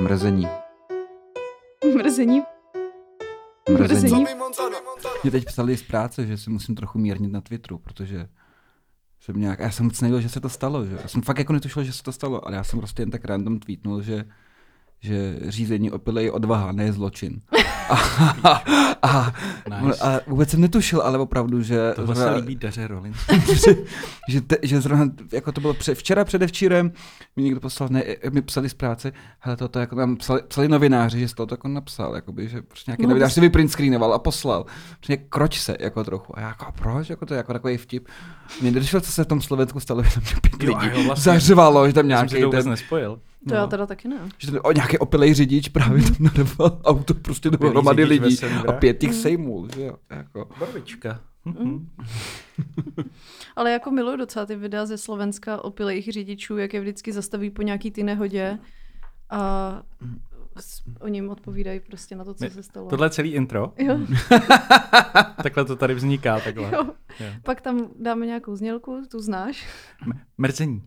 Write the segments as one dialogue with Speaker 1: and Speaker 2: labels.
Speaker 1: Mrzení.
Speaker 2: Mrzení.
Speaker 1: Mrzení.
Speaker 2: Mrzení.
Speaker 1: Mě teď psali z práce, že si musím trochu mírnit na Twitteru, protože jsem nějak, a já jsem moc nevěděl, že se to stalo, že? Já jsem fakt jako netušil, že se to stalo, ale já jsem prostě jen tak random tweetnul, že, že řízení opilé je odvaha, ne je zločin. A, a,
Speaker 3: Nice.
Speaker 1: a, vůbec jsem netušil, ale opravdu, že...
Speaker 3: Tohle se
Speaker 1: zrovna-
Speaker 3: líbí Daře Rolin.
Speaker 1: že, že, te, že zrovna, jako to bylo pře, včera předevčírem, mi někdo poslal, ne, e, mi psali z práce, hele, toto jako nám psali, psali novináři, že jsi to jako napsal, jakoby, že prostě nějaký
Speaker 2: No,
Speaker 1: novinář
Speaker 2: bys-
Speaker 1: si vyprint screenoval a poslal. Prostě nějak kroč se, jako trochu. A já jako, a proč, jako to je jako takový vtip. Mě nedošlo, co se v tom Slovensku stalo, že tam pět
Speaker 3: Jo,
Speaker 1: lidí
Speaker 3: a jo, vlastně.
Speaker 1: zařvalo, že tam
Speaker 3: Já jsem
Speaker 1: nějaký
Speaker 3: si to vůbec
Speaker 1: ten,
Speaker 3: nespojil.
Speaker 2: To já
Speaker 1: no,
Speaker 2: teda taky ne.
Speaker 1: že ten o, nějaký opilej řidič právě
Speaker 2: Mhm.
Speaker 1: tam narval auto prostě dohromady
Speaker 3: řidič ve
Speaker 1: lidí a
Speaker 3: Sembrách.
Speaker 1: pět
Speaker 2: Mhm.
Speaker 1: jich sejmul, že jo, jako.
Speaker 3: Barvička.
Speaker 2: Ale jako miluju docela ty videa ze Slovenska opilejch řidičů, jak je vždycky zastaví po nějaký ty nehodě a s- oni jim odpovídají prostě na to, co
Speaker 3: Ne,
Speaker 2: se stalo.
Speaker 3: Tohle je celý intro.
Speaker 2: Jo,
Speaker 1: Mm,
Speaker 3: Takhle to tady vzniká, takhle.
Speaker 2: jo.
Speaker 3: Jo.
Speaker 2: Pak tam dáme nějakou znělku, tu znáš.
Speaker 3: M- Mrzení.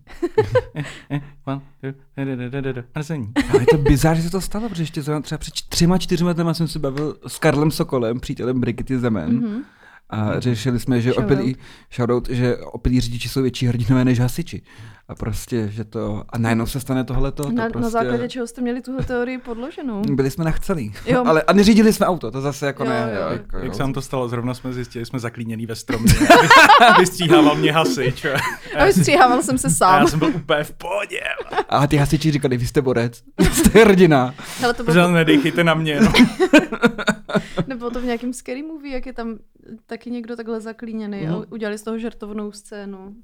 Speaker 3: Eh, eh, one, two, da, da, da, da, da. Mrzení.
Speaker 1: Ale je to bizár, že se to stalo, protože ještě zrovna třeba před třema, čtyřma dnama jsem se bavil s Karlem Sokolem, přítelem Brigitte Zemen. Mm-hmm. A řešili jsme, že
Speaker 2: Mhm. Shoutout.
Speaker 1: opilí, shoutout, že opilí řidiči jsou větší hrdinové než hasiči. A prostě, že to... A najednou se stane tohleto. To
Speaker 2: Na,
Speaker 1: prostě... Mm,
Speaker 2: na základě čeho jste měli tuhle teorii podloženou.
Speaker 1: Byli jsme nachcelí.
Speaker 2: Jo.
Speaker 1: Ale, a neřídili jsme auto, to zase jako
Speaker 2: Jo,
Speaker 1: ne.
Speaker 2: jo.
Speaker 1: Jo, jako,
Speaker 3: Jak
Speaker 1: jo.
Speaker 3: se vám to stalo? Zrovna jsme zjistili, jsme zaklíněný ve stromě. Vystříhával mě hasič.
Speaker 2: A vystříhával jsem se
Speaker 3: A já
Speaker 2: sám.
Speaker 3: jsem byl úplně v pohodě.
Speaker 1: A ty hasiči říkali, vy jste borec, vy jste hrdina.
Speaker 2: Ale to bylo
Speaker 3: Pořád nedejchejte na mě. No.
Speaker 2: Nebo to v nějakém scary movie, jak je tam taky někdo takhle zaklíněný
Speaker 1: Mm.
Speaker 2: a udělali z toho žertovnou scénu.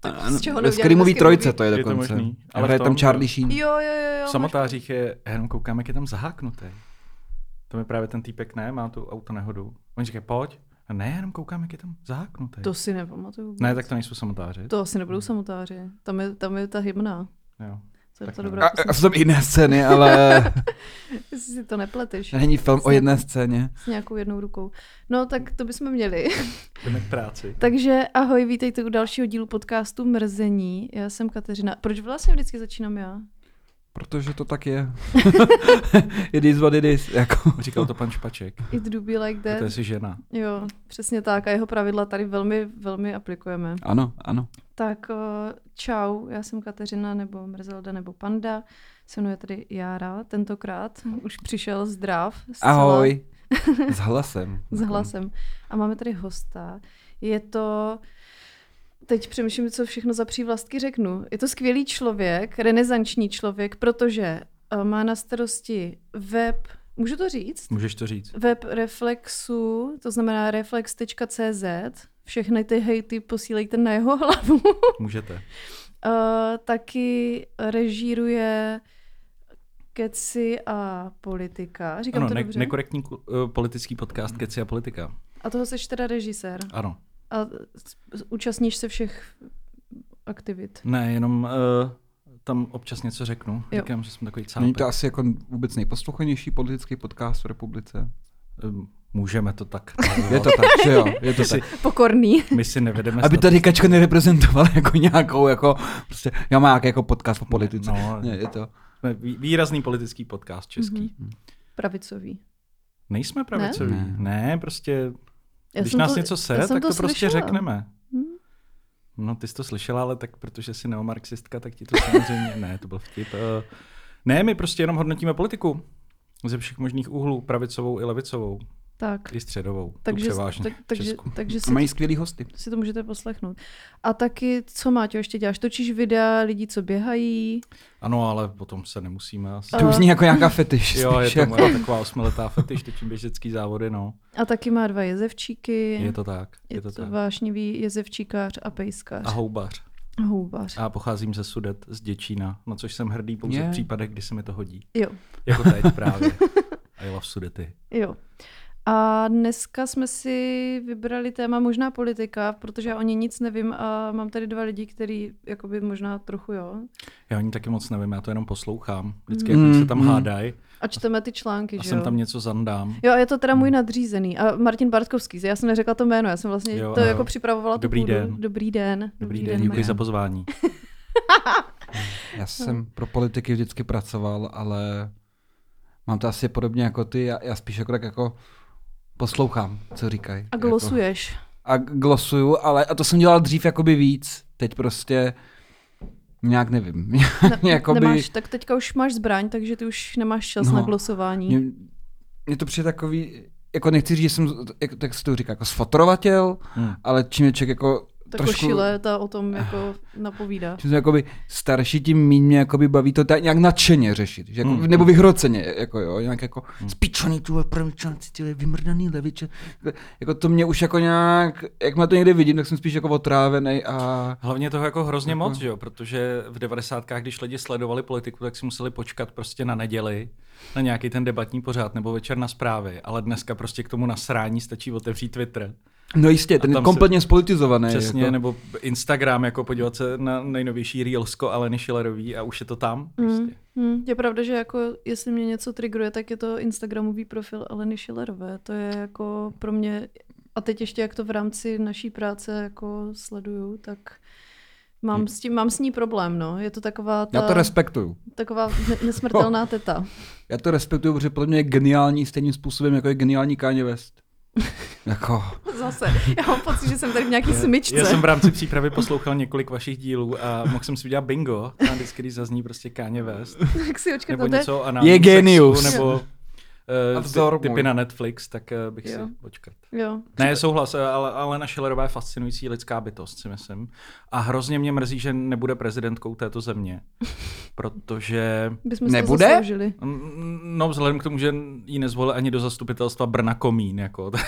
Speaker 2: Tak z čeho
Speaker 1: no, Ve
Speaker 2: neudělali
Speaker 1: Scary Movie
Speaker 2: Scary
Speaker 1: trojce to je
Speaker 3: Je to
Speaker 1: dokonce.
Speaker 3: možný. Ale
Speaker 1: Ale Hraje
Speaker 3: v
Speaker 1: tam
Speaker 3: tom-
Speaker 1: Charlie Sheen.
Speaker 2: Jo, jo, jo. jo
Speaker 3: V samotářích je, já jenom koukám, jak je tam zaháknutý. To mi právě ten týpek ne, má tu autonehodu. On říká, pojď. A ne, já jenom koukám, jak je tam zaháknutý.
Speaker 2: máš- To si nepamatuju. vůbec.
Speaker 3: Ne, tak to nejsou samotáři.
Speaker 2: To asi nebudou samotáři. Tam je, tam je ta hymna.
Speaker 3: Jo.
Speaker 2: To je
Speaker 3: Tak
Speaker 2: ta
Speaker 3: ne.
Speaker 1: A,
Speaker 2: dobrá
Speaker 1: a
Speaker 2: písnička.
Speaker 1: jsou tam jiné scény, ale
Speaker 2: Jestli si to nepleteš
Speaker 1: není film o jedné scéně.
Speaker 2: s nějakou jednou rukou. No, tak to bychom měli.
Speaker 3: Jdeme k práci.
Speaker 2: Takže ahoj, vítejte u dalšího dílu podcastu Mrzení. Já jsem Kateřina. Proč vlastně vždycky začínám já?
Speaker 1: Protože to tak je. it is what it is. Jako.
Speaker 3: Říkal to pan Špaček.
Speaker 2: It do be like
Speaker 3: To je
Speaker 2: that.
Speaker 3: si žena.
Speaker 2: Jo, přesně tak. A jeho pravidla tady velmi, velmi aplikujeme.
Speaker 1: Ano, ano.
Speaker 2: Tak eh, čau, já jsem Kateřina nebo Mrzelda nebo Panda. Se mnou je tady Jára tentokrát. Už přišel zdrav. zcela
Speaker 1: Ahoj. S hlasem.
Speaker 2: S hlasem. A máme tady hosta. Je to... Teď přemýšlím, co všechno za přívlastky řeknu. Je to skvělý člověk, renesanční člověk, protože eh, má na starosti web, můžu to říct?
Speaker 3: Můžeš to říct.
Speaker 2: web Reflexu, to znamená reflex.cz, všechny ty hejty posílejte na jeho hlavu.
Speaker 3: Můžete.
Speaker 2: Eh, taky režíruje keci a politika. Říkám
Speaker 3: Ano,
Speaker 2: to
Speaker 3: ne-
Speaker 2: dobře?
Speaker 3: nekorektní ku- eh, politický podcast Keci a politika.
Speaker 2: A toho seš teda režisér.
Speaker 3: Ano.
Speaker 2: A s- s- účastníš se všech aktivit.
Speaker 3: Ne, jenom eh, tam občas něco řeknu.
Speaker 2: Jo.
Speaker 3: Říkám, že jsem takový
Speaker 1: Není
Speaker 3: cápek.
Speaker 1: to asi jako vůbec nejposlouchanější politický podcast v republice.
Speaker 3: Ehm, Můžeme to tak.
Speaker 1: Je to tak, že jo? Je to
Speaker 3: My si,
Speaker 1: tak.
Speaker 2: Pokorný.
Speaker 3: my si nevedeme
Speaker 1: Aby
Speaker 3: stati-
Speaker 1: tady kačka nereprezentovala jako nějakou, jako prostě, já mám nějaký jako podcast o politice.
Speaker 3: No.
Speaker 1: Ne, je to.
Speaker 3: Jsme vý- výrazný politický podcast český.
Speaker 2: Mhm. Pravicový.
Speaker 3: Nejsme pravicoví.
Speaker 1: Ne?
Speaker 3: Ne? ne, prostě,
Speaker 2: Já
Speaker 3: když
Speaker 2: jsem
Speaker 3: nás
Speaker 2: to-
Speaker 3: něco
Speaker 2: já
Speaker 3: sere,
Speaker 2: jsem
Speaker 3: tak to, prostě
Speaker 2: slyšela.
Speaker 3: řekneme.
Speaker 2: Hm.
Speaker 3: No, ty jsi to slyšela, ale tak protože jsi neomarxistka, tak ti to samozřejmě... ne, to byl vtip. Eh, Ne, my prostě jenom hodnotíme politiku ze všech možných úhlů, pravicovou i levicovou,
Speaker 2: Tak.
Speaker 3: i středovou, takže, tu
Speaker 2: Takže,
Speaker 3: převážně
Speaker 2: tak,
Speaker 3: v
Speaker 2: takže,
Speaker 3: Česku.
Speaker 2: takže
Speaker 1: A
Speaker 2: si,
Speaker 1: mají skvělý hosty.
Speaker 2: si to můžete poslechnout. A taky, co Máťo ještě děláš? Točíš videa lidí, co běhají.
Speaker 3: Ano, ale potom se nemusíme asi...
Speaker 2: Eh.
Speaker 1: To už zní jako nějaká fetiš.
Speaker 3: Jo, je
Speaker 1: spíš
Speaker 3: to
Speaker 1: jako,
Speaker 3: moje taková osmiletá fetiš, točím běžecký závody, no.
Speaker 2: A taky má dva jezevčíky.
Speaker 3: Je to tak, je to tak.
Speaker 2: vášnivý jezevčíkář a pejskař.
Speaker 3: A houbař.
Speaker 2: A houbař.
Speaker 3: A pocházím ze Sudet, z Děčína, na což jsem hrdý pouze
Speaker 1: Je.
Speaker 3: v případech, kdy se mi to hodí.
Speaker 2: Jo,
Speaker 3: Jako teď právě. I love Sudety.
Speaker 2: jo. A dneska jsme si vybrali téma možná politika, protože já o ní nic nevím a mám tady dva lidi, který jakoby možná trochu jo.
Speaker 3: Já o ní taky moc nevím, já to jenom poslouchám. Vždycky,
Speaker 1: Mm,
Speaker 3: jak oni se tam
Speaker 1: mm.
Speaker 3: hádají
Speaker 2: A čteme ty články,
Speaker 3: a
Speaker 2: že
Speaker 3: jsem
Speaker 2: jo.
Speaker 3: tam Hmm. něco zandám.
Speaker 2: Jo, je to teda můj nadřízený. A Martin Bartkovský, já jsem neřekla to jméno, já jsem vlastně
Speaker 3: Jo,
Speaker 2: to
Speaker 3: ano.
Speaker 2: jako připravovala. tu
Speaker 3: Dobrý
Speaker 2: půdu.
Speaker 3: den.
Speaker 2: Dobrý den. no.
Speaker 3: Dobrý den, děkuji za pozvání.
Speaker 1: Já jsem pro politiky vždycky pracoval, ale mám to asi podobně jako ty. Já, já spíš jako tak jako poslouchám, co říkají.
Speaker 2: A
Speaker 1: Jako,
Speaker 2: glosuješ.
Speaker 1: a glosuju, ale a to jsem dělal dřív jakoby víc. Teď prostě nějak nevím.
Speaker 2: Ne,
Speaker 1: Jakoby-
Speaker 2: nemáš, tak teďka už máš zbraň, takže ty už nemáš čas
Speaker 1: No.
Speaker 2: na glosování.
Speaker 1: Mně, mně to přijde takový, jako nechci říct, že jsem, jak, tak se to říká, jako sfotrovatel,
Speaker 3: Hmm.
Speaker 1: ale čím je člověk jako
Speaker 2: ta
Speaker 1: trošku...
Speaker 2: košile, ta o tom jako napovídá.
Speaker 1: Čím jsem jakoby starší, tím míň mě jakoby baví to ta, nějak nadšeně řešit. Že jako,
Speaker 3: Hmm.
Speaker 1: Nebo vyhroceně, jako jo, nějak jako hmm. spíčoný tu pravičanci, ty vymrdaný leviče. Jako to mě už jako nějak, jak má to někde vidím, tak jsem spíš jako otrávený a...
Speaker 3: Hlavně toho jako hrozně moc, že jo? protože v 90. když lidi sledovali politiku, tak si museli počkat prostě na neděli, na nějaký ten debatní pořád nebo večer na zprávy, ale dneska prostě k tomu nasrání stačí otevřít Twitter.
Speaker 1: No jistě, ten je
Speaker 3: tam se-
Speaker 1: kompletně spolitizovaný.
Speaker 3: Přesně,
Speaker 1: jako.
Speaker 3: nebo Instagram, jako podívat se na nejnovější Reelsko Aleny Schillerový a už je to tam.
Speaker 2: Mm,
Speaker 3: Prostě.
Speaker 2: mm, je pravda, že jako, jestli mě něco trigruje, tak je to Instagramový profil Aleny Schillerové. To je jako pro mě, a teď ještě jak to v rámci naší práce jako sleduju, tak
Speaker 3: Hmm.
Speaker 2: mám s, tím, mám s ní problém, no. Je to taková ta,
Speaker 1: Já to respektuju.
Speaker 2: taková ne-
Speaker 3: No.
Speaker 2: nesmrtelná teta.
Speaker 1: Já to respektuju, protože podle mě je geniální stejným způsobem, jako je geniální Kanye West. jako,
Speaker 2: Zase, já mám pocit, že jsem tady v nějaký smyčce.
Speaker 3: Já jsem v rámci přípravy poslouchal několik vašich dílů a mohl jsem si udělat bingo, a vždycky, když zazní prostě Káně West,
Speaker 2: Tak si
Speaker 3: nebo
Speaker 2: očkrtnete.
Speaker 3: něco a
Speaker 1: Je genius.
Speaker 3: Nebo
Speaker 1: A
Speaker 3: uh,
Speaker 1: vzor
Speaker 3: ty,
Speaker 1: můj.
Speaker 3: typy na Netflix, tak eh, bych
Speaker 2: Jo.
Speaker 3: si počkat.
Speaker 2: Jo.
Speaker 3: Ne, souhlas, eh, ale Alena Schillerová je fascinující lidská bytost, si myslím. A hrozně mě mrzí, že nebude prezidentkou této země, protože...
Speaker 2: Bychom si
Speaker 1: Nebude?
Speaker 2: to zasloužili.
Speaker 3: Mm, No, vzhledem k tomu, že ji nezvolil ani do zastupitelstva Brna Komín, jako, tak,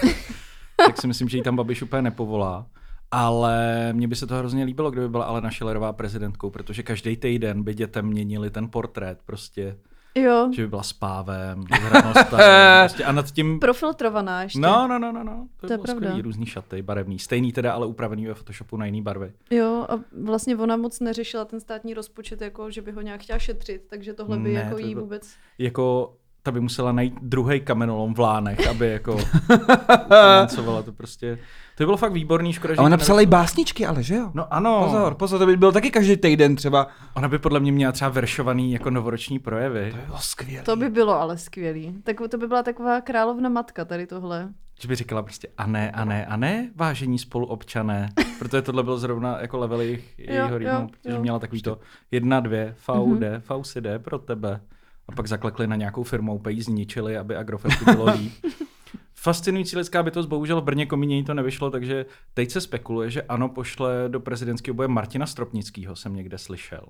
Speaker 3: tak si myslím, že ji tam Babiš úplně nepovolá. Ale mně by se to hrozně líbilo, kdyby byla Alena Schillerová prezidentkou, protože každý týden by dětem měnili ten portrét prostě,
Speaker 2: Jo,
Speaker 3: že by byla s pávem, s Hranostarem, prostě a nad tím...
Speaker 2: profiltrovaná ještě.
Speaker 3: No, no, no, no, no. To,
Speaker 2: To je
Speaker 3: je
Speaker 2: pravda.
Speaker 3: skvělý, různý šaty, barevný. Stejný teda, ale upravený ve Photoshopu na jiný barvy.
Speaker 2: Jo, a vlastně ona moc neřešila ten státní rozpočet, jako že by ho nějak chtěla šetřit, takže tohle by
Speaker 3: Ne,
Speaker 2: jako
Speaker 3: to by
Speaker 2: jí
Speaker 3: bylo-
Speaker 2: vůbec...
Speaker 3: Jako ta by musela najít druhý kamenolom v Lánech, aby jako financovala to prostě. To by bylo fakt výborný, škoda, že...
Speaker 1: A ona
Speaker 3: to
Speaker 1: psala i
Speaker 3: nevyšlo.
Speaker 1: básničky, ale že jo?
Speaker 3: No ano,
Speaker 1: Pozor, pozor, to by byl taky každý týden třeba.
Speaker 3: ona by podle mě měla třeba veršovaný jako novoroční projevy,
Speaker 1: bylo skvělé.
Speaker 2: To by bylo ale skvělý. Tak to by byla taková královna matka tady tohle.
Speaker 3: že by říkala prostě a ne, a ne, a ne, vážení spoluobčané, protože tohle bylo zrovna jako level jejich, jejího
Speaker 2: jo,
Speaker 3: rýmu, protože
Speaker 2: jo. Prostě- Mhm.
Speaker 3: měla takový to jedna, dvě, VUD, VUSD pro tebe. A pak zaklekli na nějakou firmu, úplně ji zničili, aby Agrofertu bylo líp. Fascinující lidská bytost, bohužel v Brně Komíně jí to nevyšlo, takže teď se spekuluje, že ano, pošle do prezidentského boje Martina Stropnického, jsem někde slyšel.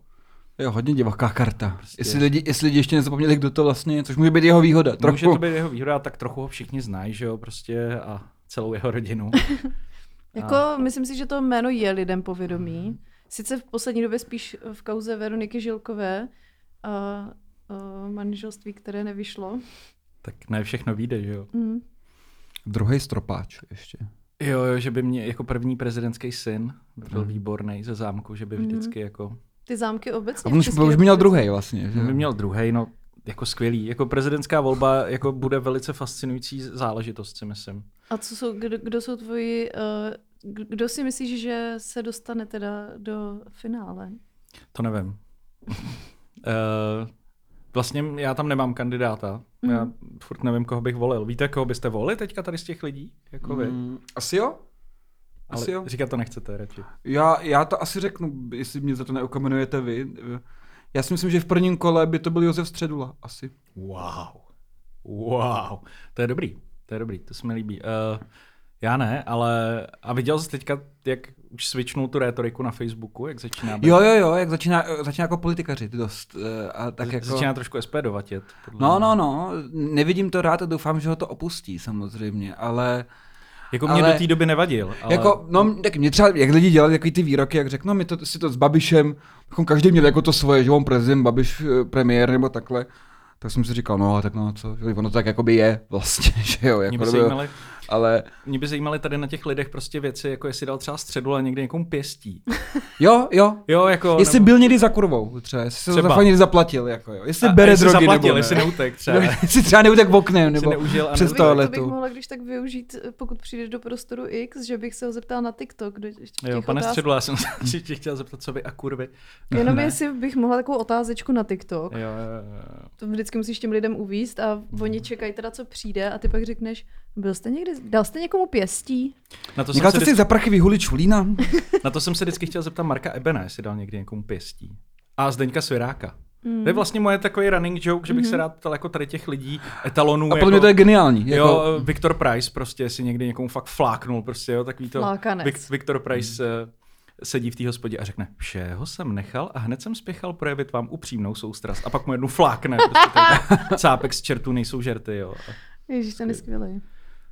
Speaker 1: Jo, hodně divoká karta. Jestli, lidi, jestli lidi ještě nezapomněli, kdo to vlastně je, což Prostě. může být jeho výhoda. Trochu.
Speaker 3: Může to být jeho výhoda, tak trochu ho všichni znají, že jo, prostě a celou jeho rodinu.
Speaker 2: Jako, myslím si, že to jméno je lidem povědomí.
Speaker 1: Hmm.
Speaker 2: Sice v poslední době spíš v kauze Veroniky Žilkové a, a manželství, které nevyšlo.
Speaker 3: tak ne všechno vyjde, že jo.
Speaker 2: Mm.
Speaker 1: Druhý stropáč ještě.
Speaker 3: Jo, jo, že by mě jako první prezidentský syn by
Speaker 1: Hmm.
Speaker 3: byl výborný ze zámku, že by vždycky jako...
Speaker 2: Ty zámky
Speaker 1: A
Speaker 2: obecně.
Speaker 1: on
Speaker 2: v
Speaker 1: už,
Speaker 2: České
Speaker 1: už měl
Speaker 2: republice-
Speaker 1: druhý vlastně. Že?
Speaker 3: Že by
Speaker 1: jo?
Speaker 3: měl druhý, no jako skvělý. Jako prezidentská volba jako bude velice fascinující záležitost, si myslím.
Speaker 2: A co jsou, kdo, kdo jsou tvoji, eh, k- kdo si myslíš, že se dostane teda do finále?
Speaker 3: To nevím. Eh, vlastně já tam nemám kandidáta. Já furt nevím, koho bych volil. Víte, koho byste volili teďka tady z těch lidí? Jako vy.
Speaker 1: Mm, asi jo?
Speaker 3: Ale
Speaker 1: Asi jo.
Speaker 3: říkat to nechcete radši.
Speaker 1: Já, já to asi řeknu, jestli mě za to neokomenujete vy. Já si myslím, že v prvním kole by to byl Josef Středula, asi.
Speaker 3: Wow. Wow. To je dobrý. To je dobrý, to se mi líbí. Uh, já ne, ale a viděl jsi teďka, jak už switchnul tu retoriku na Facebooku, jak začíná být,
Speaker 1: Jo, jo, jo, jak začíná, začíná jako politikařit dost. eh, A tak jako...
Speaker 3: začíná trošku SPDovatět. podle
Speaker 1: No,
Speaker 3: mě.
Speaker 1: no, no, nevidím to rád a doufám, že ho to opustí samozřejmě, ale,
Speaker 3: Jako mě
Speaker 1: ale-
Speaker 3: ale... do té doby nevadil, ale
Speaker 1: ale... jako, no, tak mě třeba, jak lidi dělali takový ty výroky, jak řeknou, "No, my to, si to s Babišem, bychom každý měl jako to svoje, že on prezident, Babiš eh, premiér nebo takhle, tak jsem si říkal, no, tak no, co, že ono to tak jakoby je vlastně, že jo,
Speaker 3: mě
Speaker 1: jako,
Speaker 3: by
Speaker 1: kdyby-
Speaker 3: zajímaly
Speaker 1: ale
Speaker 3: Mě by zajímaly tady na těch lidech prostě věci, jako jestli dal třeba středu a někde někomu pěstí.
Speaker 1: jo, jo.
Speaker 3: Jo, jako...
Speaker 1: Jestli byl někdy za kurvou, třeba, jestli se
Speaker 3: Třeba.
Speaker 1: třeba. někdy zaplatil, jako jo. Jestli
Speaker 3: A-
Speaker 1: bere
Speaker 3: jestli
Speaker 1: drogy
Speaker 3: zaplatil,
Speaker 1: nebo ne.
Speaker 3: jestli neutek třeba.
Speaker 1: jestli třeba neutek v oknem, nebo
Speaker 3: neužil a
Speaker 1: přes
Speaker 3: neutek.
Speaker 2: to bych
Speaker 1: toaletu.
Speaker 2: mohla když tak využít, eh, pokud přijdeš do prostoru X, že bych se ho zeptala na TikTok. Do těch
Speaker 3: Jo, pane
Speaker 2: otázek.
Speaker 3: Středula, já jsem se určitě chtěl zeptat, co vy a kurvy.
Speaker 2: Jenom
Speaker 3: Ne.
Speaker 2: jestli bych mohla takovou otázečku na TikTok.
Speaker 3: Jo, Mhm. jo, jo.
Speaker 2: To vždycky musíš těm lidem uvíst a oni čekají teda, co přijde a ty pak řekneš, byl jste někdy, dal jste někomu pěstí?
Speaker 3: Na to, jsem
Speaker 1: Někal
Speaker 3: se
Speaker 1: jste si
Speaker 3: vždycky,
Speaker 1: za prachy vyhuli čulína?
Speaker 3: na to jsem se vždycky chtěl zeptat Marka Ebena, jestli dal někdy někomu pěstí. A Zdeňka Sviráka. Mm. To je vlastně moje takový running joke, že bych mm. se rád ptal jako tady těch lidí, etalonů.
Speaker 1: A
Speaker 3: jako,
Speaker 1: podle mě to je geniální. Jako,
Speaker 3: Jo, Viktor Price prostě si někdy někomu fakt fláknul, prostě jo, takový to.
Speaker 2: Flákanec.
Speaker 3: Vik, Viktor
Speaker 1: Hmm.
Speaker 3: Price eh, sedí v té hospodě a řekne, všeho jsem nechal a hned jsem spěchal projevit vám upřímnou soustrast. A pak mu jednu flákne, prostě ten cápek z čertů nejsou žerty, jo. A
Speaker 2: Ježíš, ten je skvělý.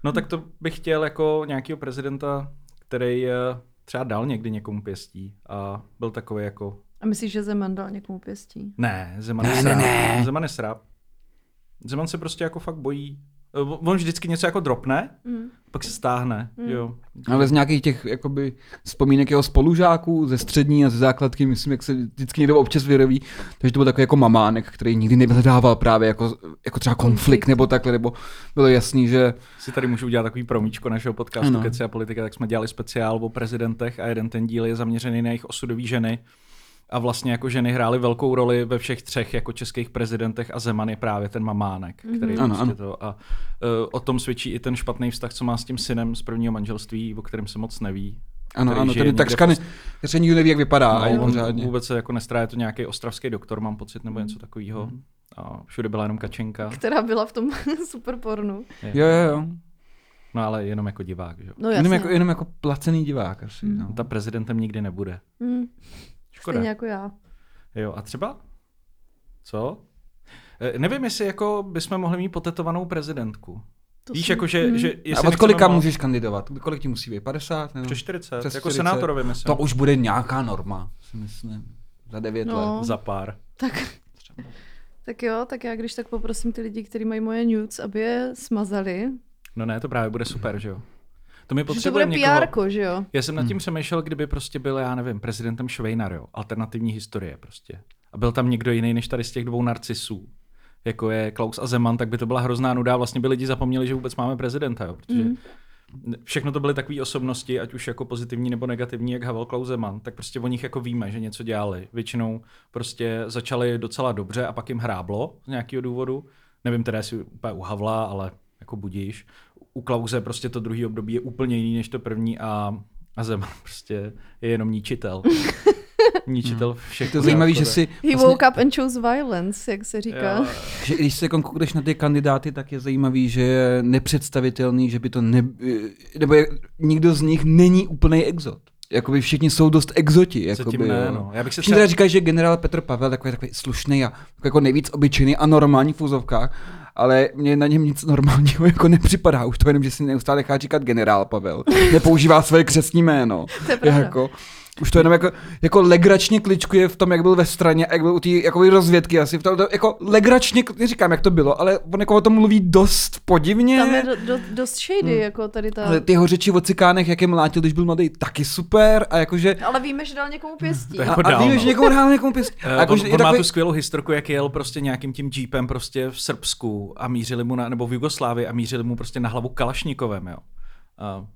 Speaker 3: No tak to bych chtěl jako nějakého prezidenta, který eh, třeba dal někdy někomu pěstí a byl takový jako,
Speaker 2: A myslíš, že Zeman dal někomu pěstí?
Speaker 3: ne, Zeman
Speaker 1: Ne, ne,
Speaker 3: je sráp.
Speaker 1: ne.
Speaker 3: Zeman je sráp. Zeman se prostě jako fakt bojí. Eh, On vždycky něco jako dropne,
Speaker 2: Mm.
Speaker 3: pak se stáhne, jo.
Speaker 1: Ale z nějakých těch jakoby, vzpomínek jeho spolužáků ze střední a ze základky, myslím, jak se vždycky někdo občas vyroví, takže to byl takový jako mamánek, který nikdy nevyhledával právě jako, jako třeba konflikt nebo takhle, nebo bylo jasný, že
Speaker 3: Si tady můžu udělat takový promíčko našeho podcastu
Speaker 1: Ano.
Speaker 3: Keci a politika, tak jsme dělali speciál o prezidentech a jeden ten díl je zaměřený na jejich osudový ženy. A vlastně jako ženy hrály velkou roli ve všech třech jako českých prezidentech a Zeman je právě ten mamánek, který
Speaker 1: Mhm. Ano,
Speaker 3: ano, prostě
Speaker 1: ano.
Speaker 3: to. A uh, o tom svědčí i ten špatný vztah, co má s tím synem z prvního manželství, o kterém se moc neví.
Speaker 1: ano,
Speaker 3: který
Speaker 1: ano,
Speaker 3: žije
Speaker 1: ten je takřka
Speaker 3: někde
Speaker 1: ne,
Speaker 3: v
Speaker 1: takřka nikdo neví, jak vypadá
Speaker 3: A
Speaker 1: ani
Speaker 3: on
Speaker 1: pořádně.
Speaker 3: vůbec se jako nestrá, je to nějaký ostravský doktor, mám pocit, nebo něco takového.
Speaker 1: Mhm.
Speaker 3: A všude byla jenom kačenka,
Speaker 2: Která byla v tom super pornu.
Speaker 1: Jo, jo, jo.
Speaker 3: no ale jenom jako divák, že? jo.
Speaker 2: No
Speaker 1: Jenom
Speaker 2: jasně. Hmm.
Speaker 1: jako, jenom jako placený divák asi. No.
Speaker 3: Ta prezidentem nikdy nebude.
Speaker 2: Mm.
Speaker 3: Škoda.
Speaker 2: Stejně jako já.
Speaker 3: Jo, a třeba? Co? E, nevím, jestli jako bychom mohli mít potetovanou prezidentku.
Speaker 2: To
Speaker 3: Víš,
Speaker 2: jsem-
Speaker 3: jako že,
Speaker 2: Mm.
Speaker 3: že
Speaker 1: A
Speaker 3: jestli
Speaker 1: od kolika
Speaker 3: nechceme
Speaker 1: můžeš kandidovat? Kolik ti musí být? 50? Nebo?
Speaker 3: Přes 40,
Speaker 1: Přes
Speaker 3: jako
Speaker 1: 40.
Speaker 3: senátorovi myslím.
Speaker 1: To už bude nějaká norma, si myslím. Za 9
Speaker 2: No.
Speaker 1: let.
Speaker 3: Za pár.
Speaker 2: Tak, tak jo, tak já když tak poprosím ty lidi, kteří mají moje nudes, aby je smazali.
Speaker 3: No ne, to právě bude super, že jo. To mi
Speaker 2: Že to bude
Speaker 3: potřebujeme někoho.
Speaker 2: pr že jo?
Speaker 3: Já jsem
Speaker 1: Hmm.
Speaker 3: nad tím přemýšlel, kdyby prostě byl, já nevím, prezidentem Švejnar, jo, alternativní historie prostě. A byl tam někdo jiný než tady z těch dvou narcisů, jako je Klaus a Zeman, tak by to byla hrozná nuda. Vlastně by lidi zapomněli, že vůbec máme prezidenta, jo, protože
Speaker 2: Hmm.
Speaker 3: mm. všechno to byly takové osobnosti, ať už jako pozitivní nebo negativní, jak Havel Klaus Zeman, tak prostě o nich jako víme, že něco dělali. Většinou prostě začali docela dobře a pak jim hráblo z nějakého důvodu. Nevím teda, jestli úplně u Havla, ale jako budíš. U Klause prostě to druhý období je úplně jiný než to první a, a Zeman prostě je jenom ničitel. ničitel všech.
Speaker 1: To je zajímavé, že
Speaker 3: pořád.
Speaker 1: si
Speaker 2: He
Speaker 1: vlastně-
Speaker 2: woke up and chose violence, jak se říká.
Speaker 3: Jo.
Speaker 1: Že když se jako koukneš na ty kandidáty, tak je zajímavý, že je nepředstavitelný, že by to ne... Nebo je, nikdo z nich není úplný exot. Jakoby všichni jsou dost exoti. Jakoby,
Speaker 3: Zatím ne,
Speaker 1: jo.
Speaker 3: no. Já bych se
Speaker 1: Všichni
Speaker 3: třeba-
Speaker 1: teda říkají, že generál Petr Pavel takový, takový slušný a jako nejvíc obyčejný a normální v úzovkách, ale mě na něm nic normálního jako nepřipadá. Už to jenom, že si neustále nechá říkat generál Pavel. Nepoužívá svoje křesní jméno.
Speaker 2: To je pravda.
Speaker 1: Jako, už to jenom jako, jako legračně kličkuje v tom, jak byl ve straně, a jak byl u té jako rozvědky asi. V tom, to, jako legračně, neříkám, jak to bylo, ale on jako o tom mluví dost podivně.
Speaker 2: Tam je do, do, dost shady, jako tady ta...
Speaker 1: Ale ty jeho řeči o cikánech, jak je mlátil, když byl mladý, taky super. A jakože
Speaker 2: Ale víme, že dal někomu pěstí.
Speaker 3: To je-
Speaker 1: a,
Speaker 3: Jako
Speaker 1: a
Speaker 3: dál,
Speaker 1: víme,
Speaker 3: no.
Speaker 1: že někoho hrál někomu pěst.
Speaker 3: Eh,
Speaker 1: jako,
Speaker 3: on,
Speaker 1: že
Speaker 3: on
Speaker 1: je
Speaker 3: má
Speaker 1: takový-
Speaker 3: tu skvělou historku, jak jel prostě nějakým tím jeepem prostě v Srbsku a mířili mu na, nebo v Jugoslávii a mířili mu prostě na hlavu Kalašnikovem, jo. A,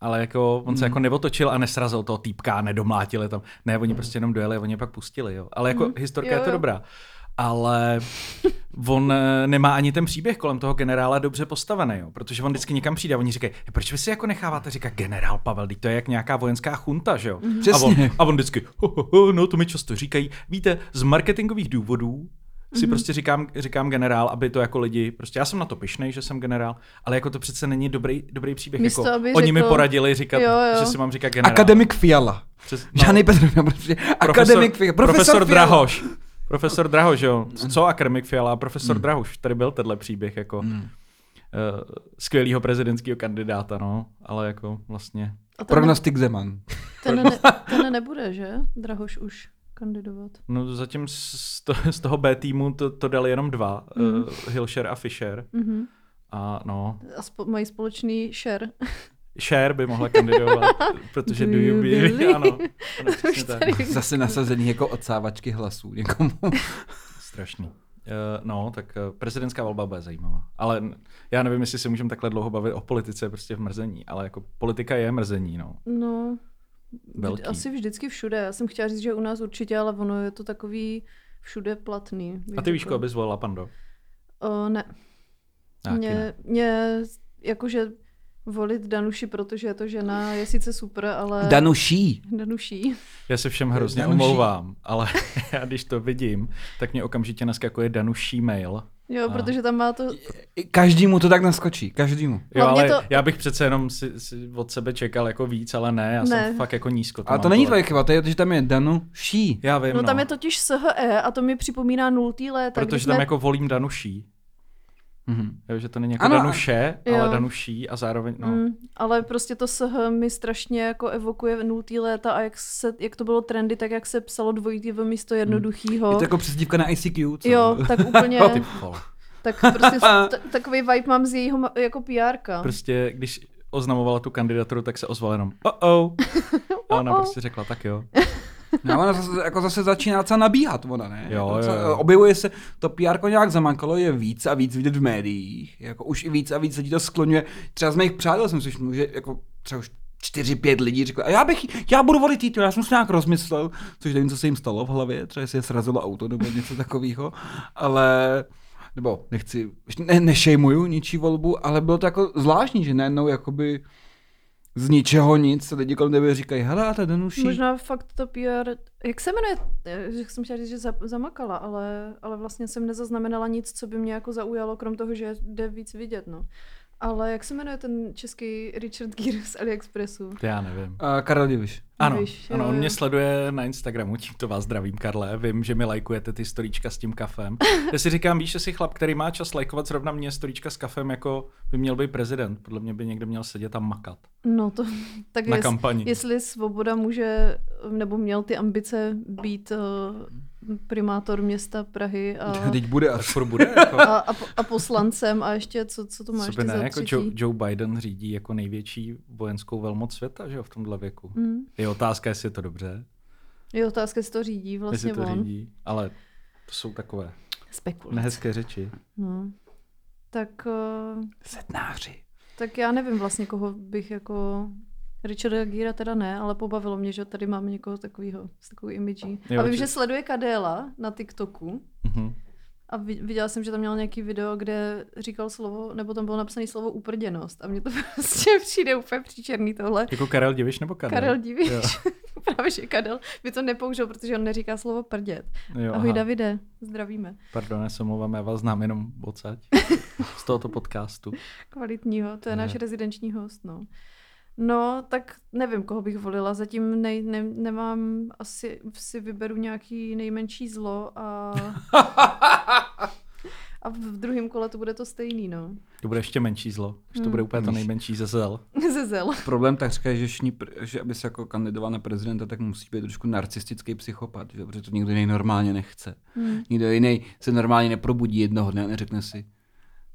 Speaker 3: ale jako on se
Speaker 1: Hmm.
Speaker 3: jako neotočil a nesrazil toho týpka, nedomlátili tam. Ne,
Speaker 1: Hmm.
Speaker 3: oni prostě jenom dojeli a oni je pak pustili, jo. Ale jako historka
Speaker 2: Jo,
Speaker 3: je to
Speaker 2: jo.
Speaker 3: dobrá. Ale on eh, nemá ani ten příběh kolem toho generála dobře postavený, jo? protože on vždycky někam přijde a oni říkají, "E, proč vy si jako necháváte říkat generál Pavel, Vždyť to je jak nějaká vojenská chunta, že jo?
Speaker 1: Mhm.
Speaker 3: A on,
Speaker 1: Přesně.
Speaker 3: a on vždycky, ho, ho, ho, no to mi často říkají. Víte, z marketingových důvodů si mm-hmm. prostě říkám, říkám generál, aby to jako lidi, prostě já jsem na to pišnej, že jsem generál, ale jako to přece není dobrý, dobrý příběh.
Speaker 2: Místo,
Speaker 3: jako,
Speaker 2: aby
Speaker 3: oni mi
Speaker 2: řekl-
Speaker 3: poradili říkat,
Speaker 2: Jo, jo.
Speaker 3: že si mám říkat generál.
Speaker 1: Akademik Fiala.
Speaker 3: Přes,
Speaker 1: No. Žádný Petr Fiala, prostě akademik Fiala.
Speaker 3: Profesor, profesor
Speaker 1: Fiala.
Speaker 3: Drahoš. Profesor Drahoš, jo. Co akademik Fiala? a Profesor mm. Drahoš. Tady byl tenhle příběh jako mm. uh, skvělého prezidentského kandidáta, no. Ale jako vlastně...
Speaker 2: A ten, ne,
Speaker 1: Prognostik Zeman.
Speaker 2: ten, ne, ten nebude, že? Drahoš už kandidovat.
Speaker 3: No zatím z, z to- z toho B týmu to, to dali jenom dva. Mm. Uh, Hilšer eh, a Fischer.
Speaker 2: Mhm.
Speaker 3: A no,
Speaker 2: A spo- mají společný share.
Speaker 3: Cher by mohla kandidovat, protože
Speaker 2: Do
Speaker 3: do you
Speaker 2: you
Speaker 3: believe?
Speaker 2: believe?
Speaker 3: Ano, ano
Speaker 2: Už
Speaker 3: přesně tak.
Speaker 2: tady
Speaker 1: Zase nasazený jako odsávačky hlasů někomu.
Speaker 3: Strašný. Eh, No, tak eh, prezidentská volba bude zajímavá. Ale n- já nevím, jestli se můžeme takhle dlouho bavit o politice, prostě v mrzení, ale jako politika je mrzení, no.
Speaker 2: No,
Speaker 3: Velký.
Speaker 2: Velký. asi vždycky všude. Já jsem chtěla říct, že u nás určitě, ale ono je to takový všude platný. bych
Speaker 3: A ty víš,
Speaker 2: řekla.
Speaker 3: koho bys volila, Pando?
Speaker 2: O, ne.
Speaker 3: Nějaký ne.
Speaker 2: Mě, mě, jakože volit Danuši, protože je to žena, je sice super, ale...
Speaker 1: Danuší.
Speaker 2: Danuší.
Speaker 3: Já se všem hrozně
Speaker 1: Danuší.
Speaker 3: omlouvám, ale já když to vidím, tak mě okamžitě naskakuje Danuší mail.
Speaker 2: Jo, a.
Speaker 3: A.
Speaker 2: protože tam má to...
Speaker 1: Každému to tak naskočí, každému.
Speaker 3: Jo,
Speaker 2: Hlavně
Speaker 3: ale to...
Speaker 2: to-
Speaker 3: já bych přece jenom si, si od sebe čekal jako víc, ale ne, já ne.
Speaker 2: Ne.
Speaker 3: jsem fakt jako nízko.
Speaker 1: A
Speaker 3: mám
Speaker 1: to není
Speaker 3: tohle.
Speaker 1: tvoje chyba, to je to, že tam je Danuší.
Speaker 3: Já vím,
Speaker 2: No tam je totiž SHE a to mi připomíná nultý léta. kdy
Speaker 3: Protože
Speaker 2: jsme-
Speaker 3: tam jako volím Danuší.
Speaker 1: Mhm.
Speaker 3: Jo, že to není jako ano,
Speaker 1: Ano,
Speaker 3: Danuše,
Speaker 2: a-
Speaker 3: ale
Speaker 2: jo.
Speaker 3: Danuší a zároveň, no. Mm.
Speaker 2: Mm, ale prostě to SH mi strašně jako evokuje nultý léta a jak, se, jak to bylo trendy, tak jak se psalo dvojitý v místo
Speaker 3: Hmm.
Speaker 2: jednoduchýho.
Speaker 1: Je to jako přezdívka na ICQ, co?
Speaker 2: Jo, tak úplně,
Speaker 3: Ty vole.
Speaker 2: tak prostě t- takový vibe mám z jejího ma- jako PRka.
Speaker 3: Prostě, když oznamovala tu kandidaturu, tak se ozval jenom oh oh. A ona prostě řekla, tak jo.
Speaker 1: No, ona zase, jako zase začíná docela nabíhat, ona ne?
Speaker 3: Jo,
Speaker 1: jako,
Speaker 3: jo, jo.
Speaker 1: Objevuje se, to PR nějak zamankalo, je víc a víc vidět v médiích. Jako už i víc a víc lidí to skloňuje. Třeba z mých přátel jsem slyšel, že jako třeba už čtyři, pět lidí řekl, a já bych, já budu volit jít, já jsem si nějak rozmyslel, což nevím, co se jim stalo v hlavě, třeba jestli je srazilo auto nebo něco takového, ale nebo nechci, ne, nešejmuju ničí volbu, ale bylo to jako zvláštní, že najednou jakoby z ničeho nic se lidi kolem tebe říkají, hele, a ta Danuší.
Speaker 2: Možná fakt to PR, jak se jmenuje, Eh, že jsem chtěla říct, že za, zamakala, ale, ale vlastně jsem nezaznamenala nic, co by mě jako zaujalo, krom toho, že jde víc vidět, no. Ale jak se jmenuje ten český Richard Gere z AliExpressu?
Speaker 3: To já nevím.
Speaker 1: A Karel Diviš.
Speaker 3: Ano,
Speaker 2: Víš,
Speaker 3: ano,
Speaker 2: jo,
Speaker 3: on
Speaker 2: jo.
Speaker 3: mě sleduje na Instagramu, tímto vás zdravím, Karle. Vím, že mi lajkujete ty storíčka s tím kafem. Já si říkám, víš, jestli chlap, který má čas lajkovat zrovna mě storíčka s kafem, jako by měl být prezident. Podle mě by někde měl sedět a makat.
Speaker 2: No to, tak
Speaker 3: Na
Speaker 2: jest,
Speaker 3: kampani.
Speaker 2: jestli Svoboda může, nebo měl ty ambice být eh, primátor města Prahy a,
Speaker 1: Teď bude
Speaker 3: Tak
Speaker 1: až.
Speaker 3: furt bude, jako.
Speaker 2: a, a, po- a poslancem a ještě, co, co to má
Speaker 3: Co by
Speaker 2: ještě
Speaker 3: ne,
Speaker 2: za
Speaker 3: jako
Speaker 2: třetí?
Speaker 3: Joe, Joe Biden řídí jako největší vojenskou velmoc světa, že jo, v tomhle věku.
Speaker 2: Mm.
Speaker 3: Je otázka, jestli je to dobře,
Speaker 2: Je otázka, jestli to řídí vlastně
Speaker 3: jestli to
Speaker 2: on.
Speaker 3: řídí, ale to jsou takové
Speaker 2: Spekulace.
Speaker 3: nehezké řeči.
Speaker 2: No. Tak, eh,
Speaker 1: Sednáři.
Speaker 2: tak já nevím vlastně, koho bych jako... Richarda Gira teda ne, ale pobavilo mě, že tady máme někoho takového, s takovou imidží.
Speaker 3: Jo,
Speaker 2: A vím,
Speaker 3: ty-
Speaker 2: že sleduje Kadéla na TikToku.
Speaker 3: Mhm.
Speaker 2: A vi- viděla jsem, že tam měl nějaký video, kde říkal slovo, nebo tam bylo napsané slovo uprděnost. A mně to prostě přijde úplně příčerný tohle.
Speaker 3: Jako Karel Diviš nebo Karel?
Speaker 2: Karel Diviš, právě že Karel by to nepoužil, protože on neříká slovo prdět.
Speaker 3: Jo,
Speaker 2: Ahoj
Speaker 3: aha.
Speaker 2: Davide, zdravíme.
Speaker 3: Pardon, já se omlouvám, já vás znám jenom odsaď z tohoto podcastu.
Speaker 2: Kvalitního, to je náš
Speaker 3: Ne.
Speaker 2: rezidenční host, no. No, tak nevím, koho bych volila. Zatím ne, ne, nemám, asi si vyberu nějaký nejmenší zlo a... A v druhém kole to bude to stejný, no.
Speaker 3: To bude ještě menší zlo, už to bude úplně to
Speaker 1: Víš.
Speaker 3: nejmenší ze zel.
Speaker 2: Ze zel.
Speaker 1: Problém tak říká, že, šní, pr- že aby se jako kandidoval na prezidenta, tak musí být trošku narcistický psychopat, že? protože to nikdo jiný normálně nechce.
Speaker 2: Hmm.
Speaker 1: Nikdo jiný se normálně neprobudí jednoho dne a neřekne si,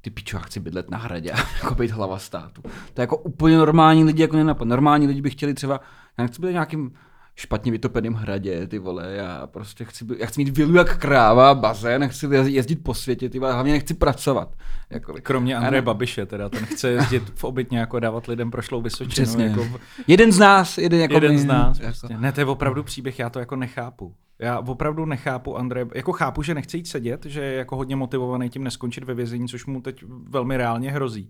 Speaker 1: ty pičo, já chci bydlet na hradě a jako být hlava státu. To je jako úplně normální lidi, jako nenapad. Normální lidi by chtěli třeba, já chci být na nějakým špatně vytopeným hradě, ty vole, já prostě chci, být- já chci mít vilu jak kráva, bazén, chci jezdit po světě, ty vole, hlavně nechci pracovat. Jako,
Speaker 3: Kromě Andreje
Speaker 1: Ano.
Speaker 3: Babiše teda, ten chce jezdit v obytně jako dávat lidem prošlou vysočinu.
Speaker 1: Přesně.
Speaker 3: Jako v,
Speaker 1: Jeden z nás, jeden jako
Speaker 3: Jeden
Speaker 1: my,
Speaker 3: z nás.
Speaker 1: jako-
Speaker 3: Prostě. Ne, to je opravdu příběh, já to jako nechápu. Já opravdu nechápu Andreje, jako chápu, že nechce jít sedět, že je jako hodně motivovaný tím neskončit ve vězení, což mu teď velmi reálně hrozí.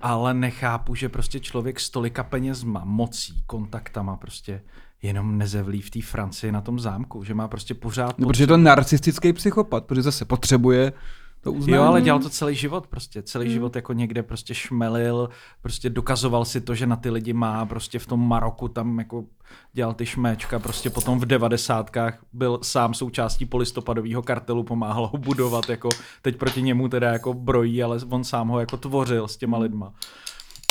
Speaker 3: Ale nechápu, že prostě člověk s tolika penězma, mocí, kontaktama prostě jenom nezevlí v té Francii na tom zámku, že má prostě pořád...
Speaker 1: No, protože je to narcistický psychopat, protože zase potřebuje to uznání.
Speaker 3: Jo, ale dělal to celý život prostě. Celý mm. život jako někde prostě šmelil, prostě dokazoval si to, že na ty lidi má, prostě v tom Maroku tam jako dělal ty šméčka, prostě potom v devadesátkách byl sám součástí polistopadového kartelu, pomáhal ho budovat, jako teď proti němu teda jako brojí, ale on sám ho jako tvořil s těma lidma.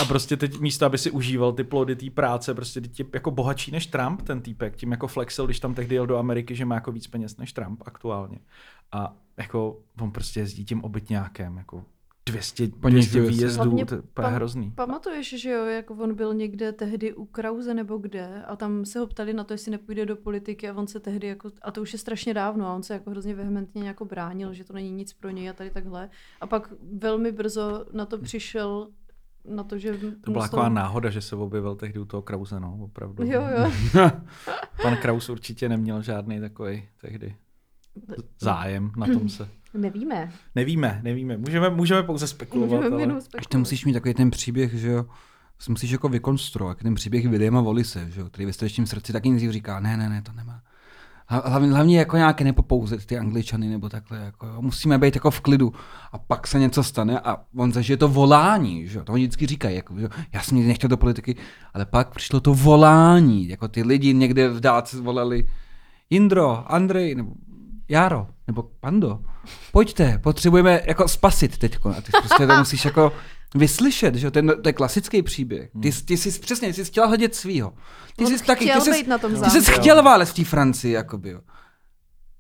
Speaker 3: A prostě teď místo, aby si užíval ty plody té práce, prostě teď je jako bohatší než Trump ten týpek, tím jako flexil, když tam tehdy jel do Ameriky, že má jako víc peněz než Trump aktuálně. A jako on prostě jezdí tím obytňákem, jako 200,
Speaker 1: Ponižuje
Speaker 3: 200
Speaker 1: se.
Speaker 3: výjezdů,
Speaker 2: Hlavně
Speaker 3: to je úplně
Speaker 2: pam-
Speaker 3: hrozný.
Speaker 2: Pamatuješ, že jo, jak on byl někde tehdy u Krause nebo kde a tam se ho ptali na to, jestli nepůjde do politiky a on se tehdy jako, a to už je strašně dávno a on se jako hrozně vehementně jako bránil, že to není nic pro něj a tady takhle. A pak velmi brzo na to přišel, na to, že...
Speaker 3: To byla taková náhoda, že se objevil tehdy u toho Krause, no, opravdu.
Speaker 2: Jo, jo.
Speaker 3: Pan Kraus určitě neměl žádný takový tehdy zájem na tom se.
Speaker 2: Nevíme.
Speaker 3: Nevíme, nevíme. Můžeme, můžeme pouze spekulovat,
Speaker 2: Můžeme
Speaker 3: ale...
Speaker 2: jenom
Speaker 1: Ještě musíš mít takový ten příběh, že jo, si musíš jako vykonstruovat ten příběh Williama Volise, že jo, který ve srdečním srdci taky nejdřív říká, ne, ne, ne, to nemá. Hla- Hlavně, hlavně jako nějaké nepopouzet ty angličany nebo takhle, jako jo. musíme být jako v klidu a pak se něco stane a on zažije to volání, že jo, to oni vždycky říkají, jako, že jo, já jsem nikdy nechtěl do politiky, ale pak přišlo to volání, jako ty lidi někde v dálce volali Jindro, Andrej, nebo Jaro, nebo Pando, pojďte, potřebujeme jako spasit teď. A ty prostě to musíš jako vyslyšet, že jo, ten, to je klasický příběh. Ty, jsi- ty jsi přesně, ty jsi chtěla hledět svýho. Ty
Speaker 2: On
Speaker 1: jsi taky,
Speaker 2: chtěl
Speaker 1: ty jsi,
Speaker 2: být na tom
Speaker 1: ty jsi
Speaker 2: západu.
Speaker 1: chtěl válet v té Francii, jakoby, jo.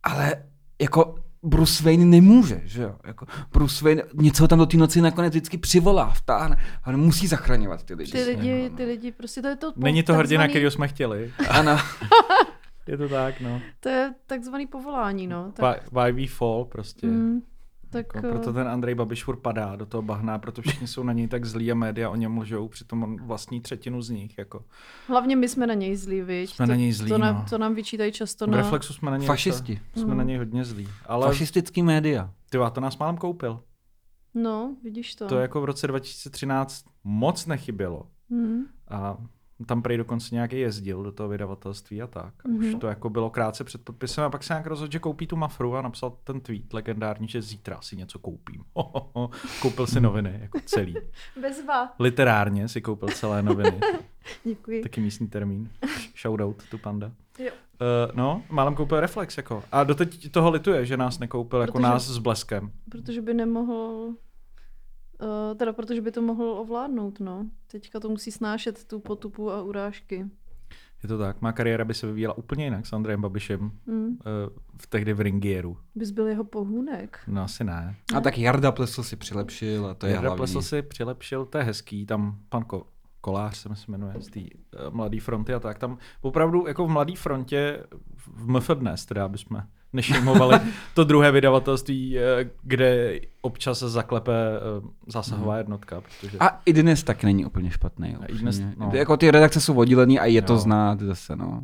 Speaker 1: Ale jako Bruce Wayne nemůže, že jo. Jako Bruce Wayne něco tam do té noci nakonec vždycky přivolá, vtáhne, ale musí zachraňovat ty lidi.
Speaker 2: Ty lidi,
Speaker 1: no.
Speaker 2: ty lidi, prostě to je to... po-
Speaker 3: Není to hrdina,
Speaker 2: takzvaný-
Speaker 3: kterýho jsme chtěli.
Speaker 1: Ano.
Speaker 3: Je to tak, no.
Speaker 2: To je takzvaný povolání, no. Tak,
Speaker 3: Tak. Why we fall prostě. Mm,
Speaker 2: mm, tak
Speaker 3: jako, proto ten Andrej Babiš furt padá do toho bahna, proto všichni jsou na něj tak zlí a média o něm lžou, přitom on vlastní třetinu z nich. Jako.
Speaker 2: Hlavně my jsme na něj zlí, viď?
Speaker 3: Jsme
Speaker 2: to,
Speaker 3: na něj zlí,
Speaker 2: to, nám,
Speaker 3: no.
Speaker 2: to nám vyčítají často
Speaker 3: V
Speaker 2: na... Hmm.
Speaker 3: Reflexu jsme na něj
Speaker 1: Fašisti.
Speaker 3: Jsme na něj hodně zlí. Ale Fašist.
Speaker 1: Fašistický média.
Speaker 3: ty to nás málem koupil.
Speaker 2: No, vidíš to.
Speaker 3: To jako v roce 2013 moc nechybělo.
Speaker 2: Mm.
Speaker 3: A tam prej dokonce nějaký jezdil do toho vydavatelství a tak. A už
Speaker 2: Mhm.
Speaker 3: to jako bylo krátce před podpisem a pak se nějak rozhodl, že koupí tu mafru a napsal ten tweet legendární, že zítra si něco koupím. Hohoho. Koupil si noviny, jako celý.
Speaker 2: Bezva.
Speaker 3: Literárně si koupil celé noviny.
Speaker 2: Děkuji.
Speaker 3: Taky místní termín. Shoutout tu panda.
Speaker 2: Jo.
Speaker 3: Uh, no, málem koupil Reflex jako. A doteď toho lituje, že nás nekoupil jako
Speaker 2: Protože-
Speaker 3: nás s bleskem.
Speaker 2: Protože by nemohl... Uh, teda protože by to mohl ovládnout, no. Teďka to musí snášet tu potupu a urážky.
Speaker 3: Je to tak, má kariéra by se vyvíjela úplně jinak s Andrejem Babišem uh,
Speaker 2: Mm.
Speaker 3: v tehdy v Ringieru.
Speaker 2: Bys byl jeho pohůnek.
Speaker 3: No asi ne.
Speaker 1: A tak Jarda Plesl si přilepšil a to je
Speaker 3: Jarda
Speaker 1: hlavní.
Speaker 3: Plesl si přilepšil, to je hezký, tam pan Ko- Kolář se myslím jmenuje z té uh, Mladé fronty a tak. Tam opravdu jako v Mladé frontě, v MF dnes teda, aby jsme nešímovali to druhé vydavatelství, eh, kde občas zaklepe eh,
Speaker 1: Mhm.
Speaker 3: zásahová jednotka, protože a...
Speaker 1: A i dnes tak není úplně špatný.
Speaker 3: i dnes,
Speaker 1: upřímně.
Speaker 3: no.
Speaker 1: Jako ty redakce jsou oddělený a je to
Speaker 3: Jo.
Speaker 1: znát zase, no.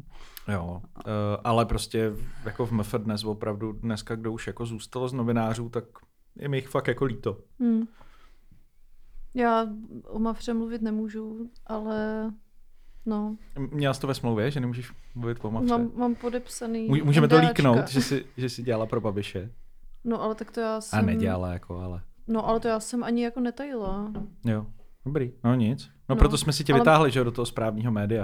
Speaker 3: jo, eh, ale prostě jako v MF dnes opravdu dneska, kdo už jako zůstalo z novinářů, tak je mi jich fakt jako líto.
Speaker 2: Mm. Já o Mafře mluvit nemůžu, ale no,
Speaker 3: M- Měla jsi to ve smlouvě, že nemůžeš mluvit po mafře?
Speaker 2: mám, mám podepsaný
Speaker 3: Mů- Můžeme to
Speaker 2: NDAčka.
Speaker 3: líknout, že jsi, že jsi dělala pro Babiše.
Speaker 2: No ale tak to já jsem...
Speaker 3: A nedělala jako, ale.
Speaker 2: No ale to já jsem ani jako netajila.
Speaker 3: Jo, dobrý. No nic. No,
Speaker 2: No,
Speaker 3: proto jsme si tě
Speaker 2: ale-
Speaker 3: vytáhli, že jo, do toho správního média.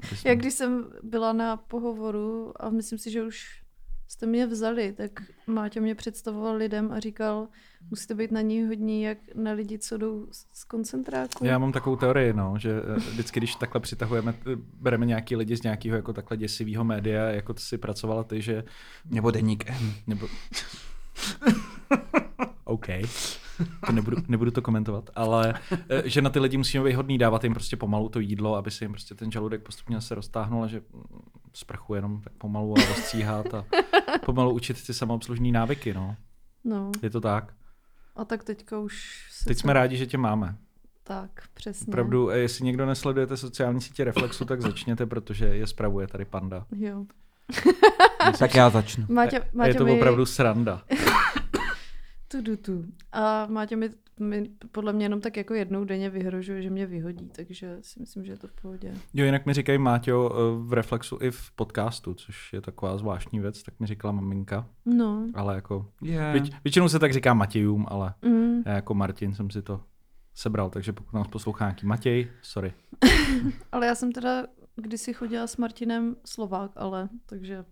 Speaker 3: Aby jsme-
Speaker 2: Já když jsem byla na pohovoru a myslím si, že už jste mě vzali, tak Máťa mě představoval lidem a říkal, musíte být na ní hodní, jak na lidi, co jdou z- z koncentráku.
Speaker 3: Já mám takovou teorii, no, že eh, vždycky, když takhle přitahujeme, eh, bereme nějaký lidi z nějakého jako takhle děsivého média, jako ty si pracovala ty, že...
Speaker 1: Nebo deník M.
Speaker 3: Nebo... OK. To nebudu, nebudu to komentovat, ale eh, že na ty lidi musíme být hodný, dávat jim prostě pomalu to jídlo, aby se jim prostě ten žaludek postupně se roztáhnul a že mm, sprchu jenom tak pomalu a rozcíhat a pomalu učit ty samoobslužní návyky, no.
Speaker 2: No
Speaker 3: Je to tak.
Speaker 2: a tak teďka už... Se
Speaker 3: Teď jsme rádi, že tě máme.
Speaker 2: Tak, přesně.
Speaker 3: Opravdu, eh, jestli někdo nesledujete sociální sítě Reflexu, tak začněte, protože je spravuje tady panda.
Speaker 2: Jo.
Speaker 1: Tak já začnu.
Speaker 2: Máťa,
Speaker 3: A
Speaker 2: Máťa
Speaker 3: je to
Speaker 2: mi...
Speaker 3: opravdu sranda.
Speaker 2: Tu, tu, tu. A Máťa mi, mi podle mě jenom tak jako jednou denně vyhrožuje, že mě vyhodí, takže si myslím, že je to v pohodě.
Speaker 3: Jo, jinak mi říkají Máťo eh, v Reflexu i v podcastu, což je taková zvláštní věc, tak mi říkala maminka,
Speaker 2: No.
Speaker 3: ale jako...
Speaker 1: Yeah.
Speaker 3: Věť, většinou se tak říká Matějům, ale
Speaker 2: Mm.
Speaker 3: já jako Martin jsem si to sebral, takže pokud nás poslouchá nějaký Matěj, sorry.
Speaker 2: Ale já jsem teda kdysi chodila s Martinem Slovák, ale, takže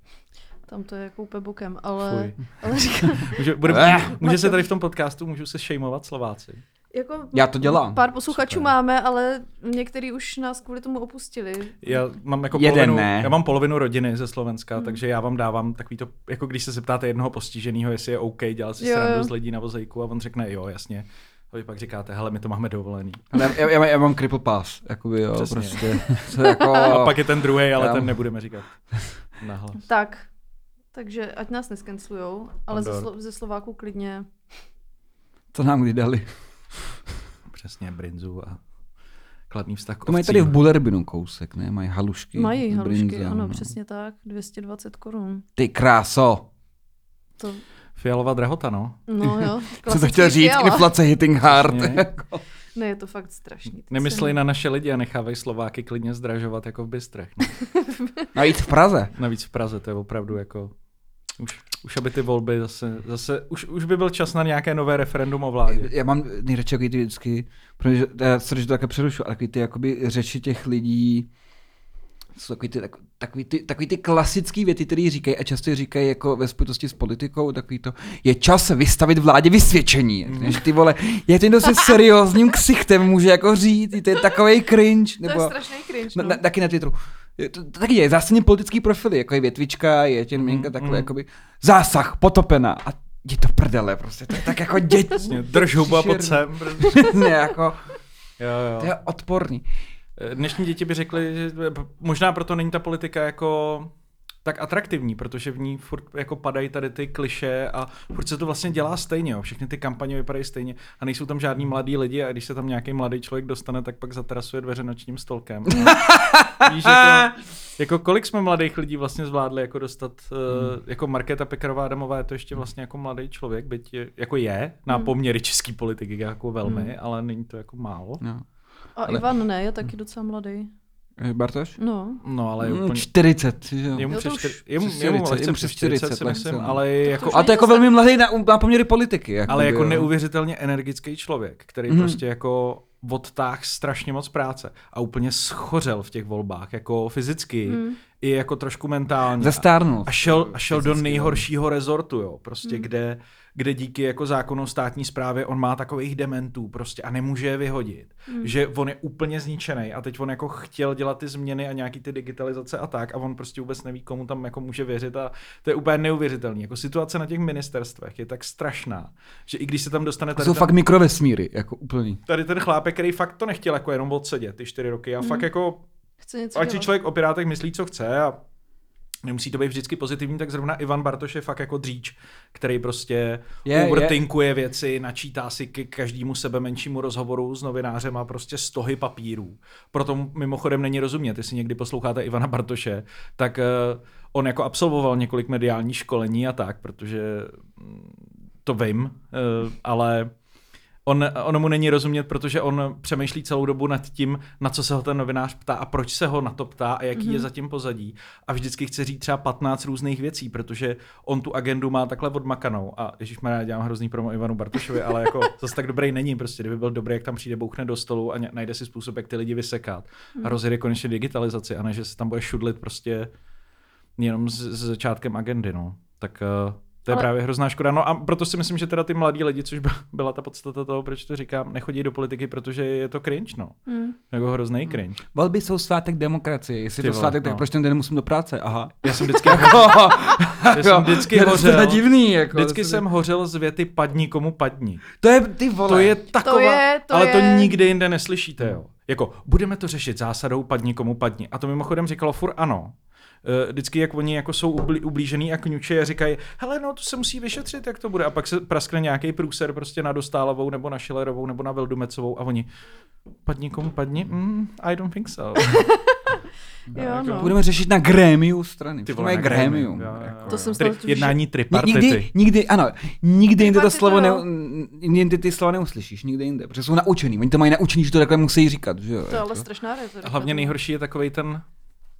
Speaker 2: tam to je jako úplně bokem, ale,
Speaker 3: Fuj.
Speaker 2: ale říkám,
Speaker 3: Může, bude,
Speaker 1: Eh.
Speaker 3: může se tady v tom podcastu, můžu se šejmovat Slováci.
Speaker 2: jako
Speaker 1: Já to dělám.
Speaker 2: pár posluchačů
Speaker 3: Super.
Speaker 2: máme, ale některý už nás kvůli tomu opustili.
Speaker 3: Já mám jako
Speaker 1: Jeden
Speaker 3: polovinu,
Speaker 1: ne.
Speaker 3: já mám polovinu rodiny ze Slovenska, hmm. takže já vám dávám takový to, jako když se zeptáte jednoho postiženého, jestli je OK dělat si
Speaker 2: Jo,
Speaker 3: srandu
Speaker 2: jo.
Speaker 3: z lidí na vozejku a on řekne jo, jasně. A vy pak říkáte, hele, my to máme dovolený.
Speaker 1: Ale já, já, mám- já, mám cripple pass, jakoby, jo,
Speaker 3: Přesně.
Speaker 1: prostě. To je jako...
Speaker 3: A pak je ten druhý, ale
Speaker 1: Já-
Speaker 3: ten nebudeme říkat. Nahlas.
Speaker 2: Tak, takže ať nás neskenslujou, ale ze,
Speaker 3: Pandor.
Speaker 2: Slo- ze Slováků klidně.
Speaker 1: Co nám kdy dali?
Speaker 3: Přesně, brinzu a kladný vztah k
Speaker 1: To mají
Speaker 3: ovcím.
Speaker 1: tady v Bulerbinu kousek, ne? Mají halušky.
Speaker 2: Mají
Speaker 1: s
Speaker 2: halušky,
Speaker 1: brinzou,
Speaker 2: ano,
Speaker 1: no.
Speaker 2: přesně tak, 220 korun.
Speaker 1: Ty kráso!
Speaker 2: To,
Speaker 3: Fialová drahota, no.
Speaker 2: no jo,
Speaker 1: Co to
Speaker 2: klasický
Speaker 1: chtěl říct?
Speaker 2: fiala.
Speaker 1: Inflace hitting hard.
Speaker 3: Přesně.
Speaker 2: Ne, je to fakt strašný. Ty
Speaker 3: Nemyslej
Speaker 2: ceny.
Speaker 3: na naše lidi a nechávej Slováky klidně zdražovat jako v Bystrech. No.
Speaker 1: Najít v Praze.
Speaker 3: Navíc v Praze to je opravdu jako... Už, už aby ty volby zase... zase už, už by byl čas na nějaké nové referendum o vládě.
Speaker 1: Já mám nejradši takový ty vždycky, protože já se že to také přerušu, ale takový ty jakoby řeči těch lidí, jsou takový ty, tak, takový ty, takový ty klasický věty, které říkají a často je říkají jako ve spojitosti s politikou, takový to, je čas vystavit vládě vysvědčení. Mm. Než ty vole, je to někdo se seriózním ksichtem může jako říct, to je takový cringe.
Speaker 2: To
Speaker 1: Nebo...
Speaker 2: je strašný cringe,
Speaker 1: Na,
Speaker 2: no.
Speaker 1: na, taky na Twitteru. Je To, to taky je zásadně politický profily, jako je větvička, je těminka,
Speaker 3: Mm,
Speaker 1: takhle
Speaker 3: mm.
Speaker 1: jakoby zásah, potopená a je to prdele prostě, to je tak jako děť.
Speaker 3: Přesně, Drž hubu a pojď
Speaker 1: příšerný.
Speaker 3: sem.
Speaker 1: Přesně, jako,
Speaker 3: Jo,
Speaker 1: to
Speaker 3: jo.
Speaker 1: je odporný.
Speaker 3: Eh, Dnešní děti by řekly, že eh, možná proto není ta politika jako tak atraktivní, protože v ní furt jako padají tady ty kliše a furt se to vlastně dělá stejně, jo. všechny ty kampaně vypadají stejně a nejsou tam žádní mladí lidi a když se tam nějaký mladý člověk dostane, tak pak zatrasuje dveře nočním stolkem. Víš, jako, jako kolik jsme mladých lidí vlastně zvládli jako dostat, eh, jako Markéta Pekarová Adamová je to ještě vlastně jako mladý člověk, byť je, jako je na poměry český politiky jako velmi, ale není to jako málo.
Speaker 1: No.
Speaker 2: A
Speaker 1: ale-
Speaker 2: Ivan ne, je taky docela mladý.
Speaker 1: Bartoš?
Speaker 2: No,
Speaker 3: No ale je
Speaker 1: Mm,
Speaker 3: úplně...
Speaker 1: 40, že jo.
Speaker 3: Je mu
Speaker 2: Jo, No to
Speaker 3: přes
Speaker 2: už-
Speaker 3: čtyř- je mu-
Speaker 1: No. přes
Speaker 3: je mu
Speaker 1: 40,
Speaker 3: lehce
Speaker 1: je mu
Speaker 3: přes
Speaker 1: přes
Speaker 3: 40,
Speaker 1: 40,
Speaker 3: si
Speaker 1: lehce,
Speaker 3: myslím,
Speaker 1: no.
Speaker 3: ale je jako,
Speaker 1: A to je jako velmi mladý na, na poměry politiky. Jakoby,
Speaker 3: ale jako
Speaker 1: jo.
Speaker 3: neuvěřitelně energický člověk, který
Speaker 1: Mhm.
Speaker 3: prostě jako odtáh strašně moc práce a úplně schořel v těch volbách, jako fyzicky
Speaker 2: Mhm.
Speaker 3: i jako trošku mentálně.
Speaker 1: Zestárnul.
Speaker 3: A šel, a šel do
Speaker 1: Fyzicky,
Speaker 3: nejhoršího rezortu, jo, prostě kde, kde díky jako zákonu státní správě on má takových dementů prostě a nemůže je vyhodit. Že on je úplně zničený a teď on jako chtěl dělat ty změny a nějaký ty digitalizace a tak a on prostě vůbec neví, komu tam jako může věřit a to je úplně neuvěřitelný. Jako situace na těch ministerstvech je tak strašná, že i když se tam dostane
Speaker 1: To
Speaker 3: tady
Speaker 1: Jako jsou
Speaker 3: ten,
Speaker 1: fakt mikrovesmíry, jako úplný.
Speaker 3: tady ten chlápek, který fakt to nechtěl jako jenom odsedět ty čtyři roky a fakt jako
Speaker 2: chce něco
Speaker 3: Ať si
Speaker 2: dělat.
Speaker 3: člověk o Pirátech myslí, co chce a nemusí to být vždycky pozitivní, tak zrovna Ivan Bartoš je fakt jako dříč, který prostě
Speaker 1: Je,
Speaker 3: je,
Speaker 1: je.
Speaker 3: overtinkuje je. věci, načítá si k každému sebe menšímu rozhovoru s novinářem a prostě stohy papírů. Proto mu mimochodem není rozumět, jestli někdy posloucháte Ivana Bartoše, tak eh, on jako absolvoval několik mediálních školení a tak, protože mm, to vím, eh, ale On, ono mu není rozumět, protože on přemýšlí celou dobu nad tím, na co se ho ten novinář ptá a proč se ho na to ptá a jaký mm-hmm. je zatím pozadí. A vždycky chce říct třeba 15 různých věcí, protože on tu agendu má takhle odmakanou. A Ježíš já dělám hrozný promo Ivanu Bartošovi, ale jako zase tak dobrý není. Prostě kdyby byl dobrý, jak tam přijde, bouchne do stolu a ně- najde si způsob, jak ty lidi vysekat. A rozjede konečně digitalizaci, a ne, že se tam bude šudlit prostě jenom s, s začátkem agendy, no. Tak uh, to
Speaker 2: Ale-
Speaker 3: je Ale... právě hrozná škoda. No a proto si myslím, že teda ty mladí lidi, což by- byla ta podstata toho, proč to říkám, nechodí do politiky, protože je to cringe, no.
Speaker 2: Mm.
Speaker 3: Jako hrozný cringe.
Speaker 1: Volby jsou svátek demokracie. Jestli
Speaker 3: Ty
Speaker 1: je to
Speaker 3: vole,
Speaker 1: svátek, tak
Speaker 3: no.
Speaker 1: proč ten den musím do práce? Aha.
Speaker 3: Já jsem vždycky, já
Speaker 1: Jo,
Speaker 3: jsem vždycky
Speaker 1: to Jako, je docela
Speaker 3: hořel.
Speaker 1: divný. Jako,
Speaker 3: Vždycky
Speaker 1: to se-
Speaker 3: jsem hořel z věty padni komu padni.
Speaker 1: To je, ty vole.
Speaker 3: To je taková,
Speaker 2: To je- to
Speaker 3: ale
Speaker 2: je-
Speaker 3: to nikde jinde neslyšíte, jo. Jako, budeme to řešit zásadou padni komu padni. A to mimochodem říkalo fur ano. Eh, Vždycky, jak oni jako jsou ublí, ublížený a kňuče a říkají, hele, no to se musí vyšetřit, jak to bude. A pak se praskne nějaký průser prostě na Dostálovou nebo na Šilerovou nebo na Vildumecovou a oni, padni komu padni? Mm, I don't think so.
Speaker 2: Jo, no.
Speaker 1: Budeme řešit na grémiu strany. Ty vole,
Speaker 3: na Jako-
Speaker 1: grémium.
Speaker 3: grémium, jo, jo, jo.
Speaker 2: To jsem
Speaker 3: Tri-
Speaker 2: stala tím, že-
Speaker 3: Jednání
Speaker 1: Ni-
Speaker 3: tripartity.
Speaker 1: Nikdy, nikdy, ano, nikdy jinde to
Speaker 2: Tripartita,
Speaker 1: slovo, ne,
Speaker 2: jo.
Speaker 1: nikdy ty slova neuslyšíš, nikdy jinde, protože jsou naučený, oni to mají naučený, že to takhle musí říkat, že jo.
Speaker 2: To je ale
Speaker 1: jako.
Speaker 2: strašná retorika.
Speaker 3: A hlavně
Speaker 2: to.
Speaker 3: nejhorší je takový ten,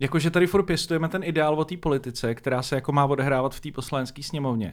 Speaker 3: jakože tady furt pěstujeme ten ideál o té politice, která se jako má odehrávat v té poslanecké sněmovně.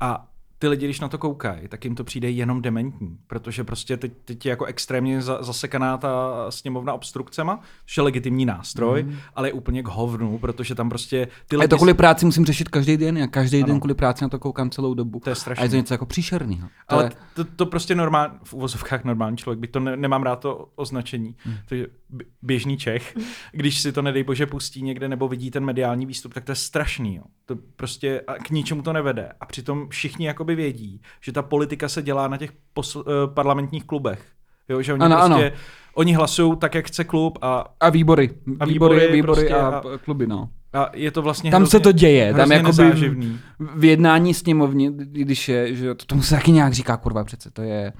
Speaker 3: A ty lidi, když na to koukají, tak jim to přijde jenom dementní, protože prostě teď, teď je jako extrémně za, zasekaná ta sněmovna obstrukcema, což je legitimní nástroj, mm. ale je úplně k hovnu, protože tam prostě
Speaker 1: Mhm.
Speaker 3: ty
Speaker 1: A je
Speaker 3: lidi...
Speaker 1: to kvůli práci musím řešit každý den, já každý
Speaker 3: Ano.
Speaker 1: den kvůli práci na to koukám celou dobu.
Speaker 3: To
Speaker 1: A
Speaker 3: je
Speaker 1: je to
Speaker 3: strašný.
Speaker 1: něco jako příšerného. To
Speaker 3: Ale
Speaker 1: je-
Speaker 3: t- to, to prostě normální, v uvozovkách normální člověk, by to ne, nemám rád to označení,
Speaker 1: Hmm.
Speaker 3: takže b- běžný Čech, když si to nedej bože pustí někde nebo vidí ten mediální výstup, tak to je strašný, jo. To prostě a k ničemu to nevede. A přitom všichni jakoby jakoby vědí, že ta politika se dělá na těch posl- eh, parlamentních klubech. Jo, že oni
Speaker 1: Ano, ano.
Speaker 3: prostě, oni hlasují tak, jak chce klub a,
Speaker 1: A výbory.
Speaker 3: A
Speaker 1: A
Speaker 3: výbory,
Speaker 1: výbory, výbory,
Speaker 3: prostě
Speaker 1: a,
Speaker 3: a-
Speaker 1: a kluby, no.
Speaker 3: a je to vlastně
Speaker 1: Tam
Speaker 3: hrozně,
Speaker 1: se to děje, tam
Speaker 3: hrozně
Speaker 1: jakoby v,
Speaker 3: nezáživný.
Speaker 1: v jednání sněmovně, když je, že to, tomu se taky nějak říká, kurva přece, to je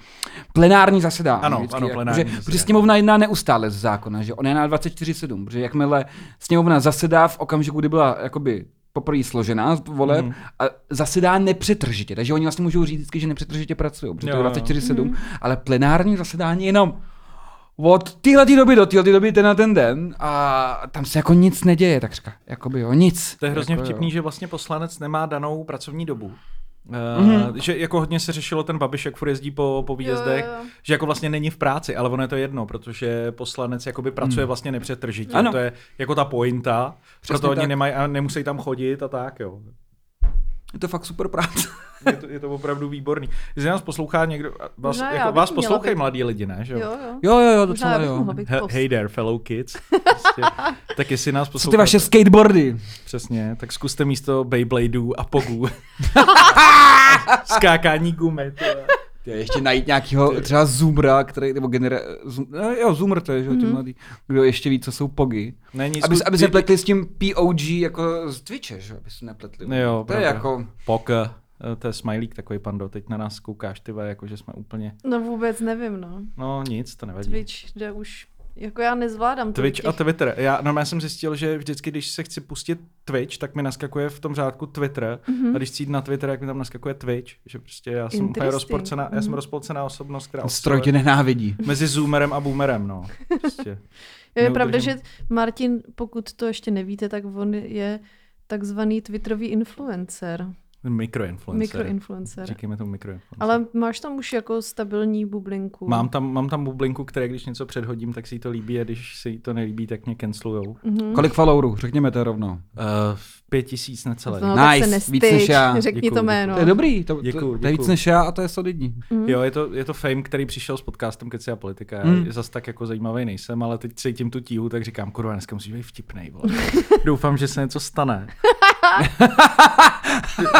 Speaker 1: plenární zasedání.
Speaker 3: Ano,
Speaker 1: vždycky,
Speaker 3: ano,
Speaker 1: jako,
Speaker 3: plenární
Speaker 1: že,
Speaker 3: zasedání.
Speaker 1: Protože sněmovna jedná neustále z zákona, že on jedná 24-7, protože jakmile sněmovna zasedá v okamžiku, kdy byla jakoby poprvé složená z voleb
Speaker 3: Mhm.
Speaker 1: mm. a zasedá nepřetržitě, takže oni vlastně můžou říct vždycky, že nepřetržitě pracují, protože to
Speaker 3: Jo,
Speaker 1: je
Speaker 3: jo.
Speaker 1: 24-7, ale plenární zasedání je jenom od téhle doby do téhle doby ten na ten den a tam se jako nic neděje, tak říká, jakoby jo, nic.
Speaker 3: To je hrozně
Speaker 1: jako, jo.
Speaker 3: vtipný, že vlastně poslanec nemá danou pracovní dobu. Mm-hmm.
Speaker 1: Mhm.
Speaker 3: Že jako hodně se řešilo ten Babiš, jak furt jezdí po, po výjezdech,
Speaker 2: jo.
Speaker 3: že jako vlastně není v práci, ale ono je to jedno, protože poslanec jakoby pracuje vlastně nepřetržitě.
Speaker 1: Hmm. Ano.
Speaker 3: To je jako ta pointa, Přesně
Speaker 1: Přesně
Speaker 3: proto oni
Speaker 1: tak.
Speaker 3: nemají, a nemusí tam chodit a tak jo.
Speaker 1: Je to fakt super práce.
Speaker 3: Je to, je to opravdu výborný. Jestli nás poslouchá někdo, a vás,
Speaker 2: Možná No, já
Speaker 3: jako,
Speaker 2: bych
Speaker 3: vás
Speaker 2: měla
Speaker 3: poslouchají
Speaker 2: být.
Speaker 3: mladí lidi, ne? Že?
Speaker 2: Jo, jo.
Speaker 1: Jo, jo, jo,
Speaker 2: Možná já
Speaker 1: docela
Speaker 2: bych
Speaker 1: jo.
Speaker 2: mohla být
Speaker 3: He-
Speaker 2: host.
Speaker 3: Hey there, fellow kids. Prostě. tak jestli nás
Speaker 1: Co
Speaker 3: posloucháte,
Speaker 1: ty vaše skateboardy?
Speaker 3: přesně, tak zkuste místo Beybladeů a pogů. Skákání gumy. tyhle.
Speaker 1: Ty, ještě najít nějakého třeba Zoomra, který, nebo genera, zoom, no jo, Zoomer to je, že jo, ti
Speaker 2: Mhm.
Speaker 1: mladý, kdo ještě ví, co jsou pogy.
Speaker 3: Ne, nic,
Speaker 1: Aby, se- aby
Speaker 3: je-
Speaker 1: se nepletli s tím POG jako z Twitche, že jo, aby se nepletli.
Speaker 3: No jo,
Speaker 1: to je
Speaker 3: pravda.
Speaker 1: jako,
Speaker 3: Pok, eh, to je smajlík takový pando, teď na nás koukáš, ty vole, jako že jsme úplně,
Speaker 2: No vůbec nevím, no.
Speaker 3: no nic, to nevadí.
Speaker 2: Twitch jde už, jako já nezvládám tolik
Speaker 3: Twitch a Twitter. Já normálně jsem zjistil, že vždycky, když se chci pustit Twitch, tak mi naskakuje v tom řádku Twitter.
Speaker 2: Mhm.
Speaker 3: Mm-hmm. A když chci jít na Twitter, tak mi tam naskakuje Twitch. Že prostě já jsem úplně
Speaker 2: Interesting.
Speaker 3: rozporcená, já jsem
Speaker 2: Mhm.
Speaker 3: rozpolcená osobnost, která
Speaker 1: stroj tě
Speaker 3: osciluje
Speaker 1: nenávidí.
Speaker 3: mezi zoomerem a boomerem, no. Prostě.
Speaker 2: Jo, je pravda,
Speaker 3: neudržím.
Speaker 2: že Martin, pokud to ještě nevíte, tak on je takzvaný Twitterový influencer,
Speaker 3: Mikroinfluencer.
Speaker 2: mikroinfluencer.
Speaker 3: Říkejme tomu mikroinfluencer.
Speaker 2: Ale máš tam už jako stabilní bublinku.
Speaker 3: Mám tam, mám tam bublinku, které když něco předhodím, tak si jí to líbí a když si jí to nelíbí, tak mě cancelujou.
Speaker 2: Mhm.
Speaker 1: Kolik followerů, řekněme to rovnou.
Speaker 3: Uh, pět tisíc necelé.
Speaker 2: No, tak
Speaker 1: Nice,
Speaker 2: se
Speaker 1: víc
Speaker 2: nestyč,
Speaker 1: než já.
Speaker 2: řekni
Speaker 3: Děkuju,
Speaker 2: to
Speaker 3: děkuju.
Speaker 2: jméno.
Speaker 1: To je dobrý, to,
Speaker 3: Děkuju,
Speaker 1: to, to je víc
Speaker 3: děkuju.
Speaker 1: než já a to je solidní.
Speaker 2: Mhm.
Speaker 3: Jo, je to, je to fame, který přišel s podcastem Keci a politika. Já
Speaker 1: Hmm.
Speaker 3: zas tak jako zajímavý nejsem, ale teď cítím tu tíhu, tak říkám, kurva, dneska musíš být vtipnej, vole. Doufám, že se něco stane.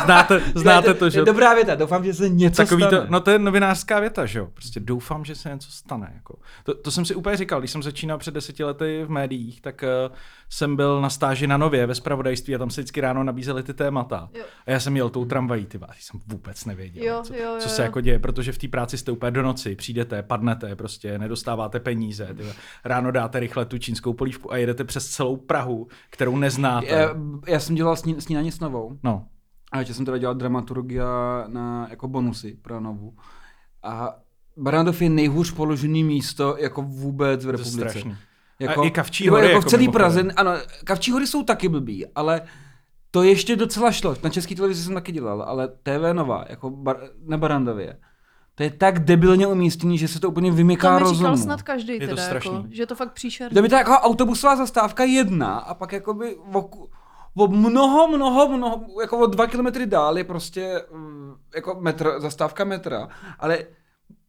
Speaker 3: znáte, znáte to, že...
Speaker 1: dobrá věta, doufám, že se něco
Speaker 3: Takový to, no to je novinářská věta, že jo? Prostě doufám, že se něco stane. Jako. To, to jsem si úplně říkal, když jsem začínal před deseti lety v médiích, tak uh, jsem byl na stáži na Nově ve spravodajství a tam se vždycky ráno nabízely ty témata.
Speaker 2: Jo.
Speaker 3: A já jsem jel tou tramvají, ty vás, jsem vůbec nevěděl,
Speaker 2: Jo,
Speaker 3: co,
Speaker 2: jo, jo,
Speaker 3: co se
Speaker 2: jo.
Speaker 3: jako děje, protože v té práci jste úplně do noci, přijdete, padnete, prostě nedostáváte peníze, ty, vole. ráno dáte rychle tu čínskou polívku a jedete přes celou Prahu, kterou neznáte.
Speaker 1: Já, já jsem dělal sní, snídaní s novou.
Speaker 3: No,
Speaker 1: A ještě jsem teda dělal dramaturgia na, jako bonusy pro Novu. A Barandov je nejhůř položený místo jako vůbec v
Speaker 3: to je
Speaker 1: republice.
Speaker 3: strašný.
Speaker 1: Jako,
Speaker 3: A i Kavčí
Speaker 1: nebo
Speaker 3: hory
Speaker 1: Jako,
Speaker 3: jako
Speaker 1: v celý
Speaker 3: mimochodem.
Speaker 1: Praze, ano, Kavčí hory jsou taky blbý, ale to ještě docela šlo. Na české televizi jsem taky dělal, ale TV Nova, jako bar, na Barandově, to je tak debilně umístěný, že se to úplně vymyká
Speaker 2: To mi říkal
Speaker 1: rozumu.
Speaker 2: snad každý
Speaker 3: to
Speaker 2: teda, jako,
Speaker 3: strašný.
Speaker 2: že je to fakt příšerný.
Speaker 1: To by ta jako autobusová zastávka jedna a pak jakoby o, o mnoho, mnoho, mnoho, jako o dva kilometry dál je prostě mm, jako metr, zastávka metra, ale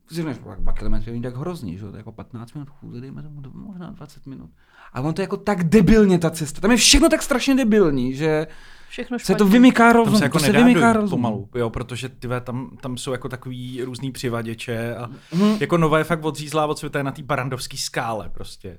Speaker 1: zjevně, dva, dva kilometry není tak hrozný, že jo, to je jako 15 minut chůze, dejme tomu dv- možná 20 minut. A on to je jako tak debilně ta cesta, tam je všechno tak strašně debilní, že
Speaker 2: Všechno
Speaker 1: se
Speaker 2: špatně.
Speaker 1: to vymyká
Speaker 3: Tam
Speaker 1: rozum,
Speaker 3: se jako
Speaker 1: to se
Speaker 3: nedá
Speaker 1: vymyká
Speaker 3: dojít
Speaker 1: rozum.
Speaker 3: pomalu, jo, protože tyve, tam, tam jsou jako takový různý přivaděče a
Speaker 1: Mhm.
Speaker 3: jako Nova je fakt odřízlá od světa je na té barandovské skále prostě.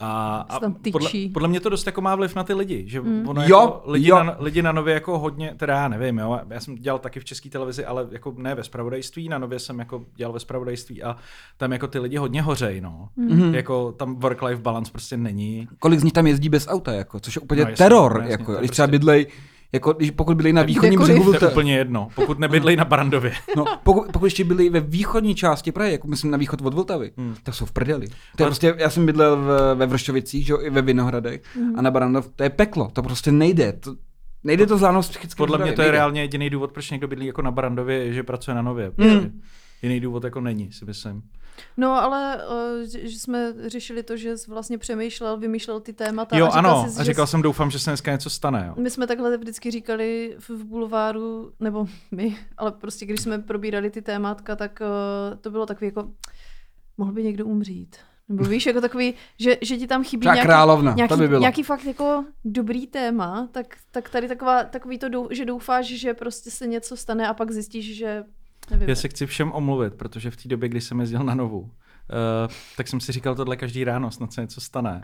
Speaker 3: A, a
Speaker 2: Se tam
Speaker 3: podle,
Speaker 2: tyčí. Mhm.
Speaker 3: podle, mě to dost jako má vliv na ty lidi, že mm. ono
Speaker 1: Jo,
Speaker 3: jako lidi,
Speaker 1: jo.
Speaker 3: Na, lidi, na Nově jako hodně, teda já nevím, jo, já jsem dělal taky v české televizi, ale jako ne ve spravodajství, na Nově jsem jako dělal ve spravodajství a tam jako ty lidi hodně hořej, no.
Speaker 2: Mhm.
Speaker 3: Mm. Jako tam work-life balance prostě není.
Speaker 1: Mhm. Kolik z nich tam jezdí bez auta, jako, což je úplně
Speaker 3: No jasně,
Speaker 1: teror,
Speaker 3: no jasně,
Speaker 1: jako,
Speaker 3: to je
Speaker 1: když třeba
Speaker 3: prostě-
Speaker 1: bydlej, jako, když pokud byli na východním
Speaker 2: kdekoliv.
Speaker 1: břehu,
Speaker 3: To je
Speaker 1: Vlta-
Speaker 3: úplně jedno, pokud nebydlej na Barandově.
Speaker 1: No, pokud, pokud ještě byli ve východní části Prahy, jako myslím na východ od Vltavy,
Speaker 3: Hmm.
Speaker 1: hmm. tak jsou v prdeli. To je
Speaker 3: Ale-
Speaker 1: prostě, já jsem bydlel v, ve Vršovicích, že jo, i ve Vinohradech
Speaker 2: Hmm.
Speaker 1: a na Barandov, to je peklo, to prostě nejde. To, nejde to zvládnout psychicky.
Speaker 3: Podle mě
Speaker 1: zdravě,
Speaker 3: to je
Speaker 1: nejde.
Speaker 3: reálně jediný důvod, proč někdo bydlí jako na Barandově, je, že pracuje na Nově.
Speaker 2: Hmm.
Speaker 3: Prostě. Jiný důvod jako není, si myslím.
Speaker 2: No, ale eh, že že jsme řešili to, že jsi vlastně přemýšlel, vymýšlel ty témata.
Speaker 3: jo,
Speaker 2: a říkal
Speaker 3: ano,
Speaker 2: Jsi,
Speaker 3: a
Speaker 2: že Hmm.
Speaker 3: říkal jsem, doufám, že se dneska něco stane. Jo.
Speaker 2: My jsme takhle vždycky říkali v, v bulváru, nebo my, ale prostě eh, když jsme probírali ty témátka, tak uh, to bylo takový jako, mohl by někdo umřít. Nebo víš, jako takový, že, že ti tam chybí
Speaker 1: Třeba
Speaker 2: nějaký,
Speaker 1: královna,
Speaker 2: nějaký,
Speaker 1: to by bylo.
Speaker 2: nějaký fakt jako dobrý téma, tak, tak tady taková, takový to, dou, že doufáš, že prostě se něco stane a pak zjistíš, že nevím.
Speaker 3: Já se chci všem omluvit, protože v té době, kdy jsem jezdil na novou, uh, tak jsem si říkal tohle každý ráno, snad se něco stane.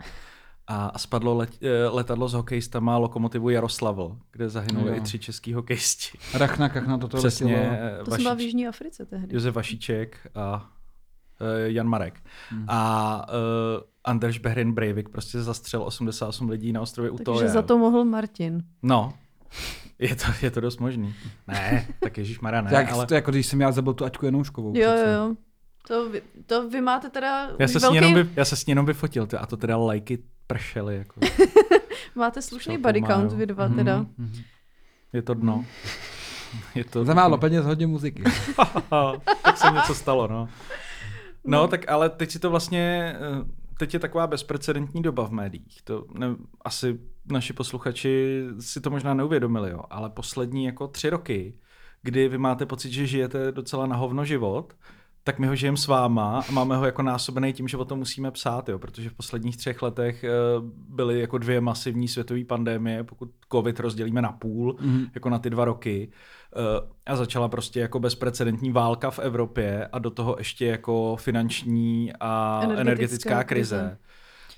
Speaker 3: A a spadlo let, eh, letadlo s hokejistama Lokomotivu Jaroslavl, kde zahynuli
Speaker 1: Jo.
Speaker 3: i tři český hokejisti.
Speaker 1: Rachna, kachna, prostě toto
Speaker 3: Přesně,
Speaker 1: letělo.
Speaker 3: eh,
Speaker 2: To jsem byla v
Speaker 3: Vašič-
Speaker 2: Jižní Africe tehdy.
Speaker 3: Josef Vašíček a eh, Jan Marek.
Speaker 1: Hmm.
Speaker 3: A eh, Anders Behrin Breivik prostě zastřel 88 lidí na ostrově Utoje.
Speaker 2: Takže za to mohl Martin.
Speaker 3: No, je to, je to dost možný. Ne, tak Ježíš Mara ne,
Speaker 1: Jak,
Speaker 3: ale...
Speaker 1: to, jako když jsem já zabil tu Aťku Jenouškovou.
Speaker 2: Jo,
Speaker 1: přece.
Speaker 2: jo, jo. To vy, to vy máte teda
Speaker 3: Já se, s ní
Speaker 2: velký,
Speaker 3: jenom vy, já se s ní jenom vyfotil, ty, a to teda lajky pršely. Jako.
Speaker 2: máte slušný
Speaker 3: Co to
Speaker 2: body
Speaker 3: má,
Speaker 2: count
Speaker 3: jo.
Speaker 2: vy dva teda.
Speaker 3: Mhm, mhm. Je to dno. Je to
Speaker 1: Za málo peněz, hodně muziky.
Speaker 3: tak se něco stalo, no. No, tak ale teď si to vlastně, eh, teď je taková bezprecedentní doba v médiích. To ne, asi naši posluchači si to možná neuvědomili, jo, ale poslední jako tři roky, kdy vy máte pocit, že žijete docela na hovno život, tak my ho žijeme s váma a máme ho jako násobený tím, že o tom musíme psát, jo, protože v posledních třech letech eh, byly jako dvě masivní světové pandemie, pokud covid rozdělíme na půl, mm. jako na ty dva roky, eh, a začala prostě jako bezprecedentní válka v Evropě a do toho ještě jako finanční a energetická,
Speaker 2: Energetická
Speaker 3: krize.
Speaker 2: krize.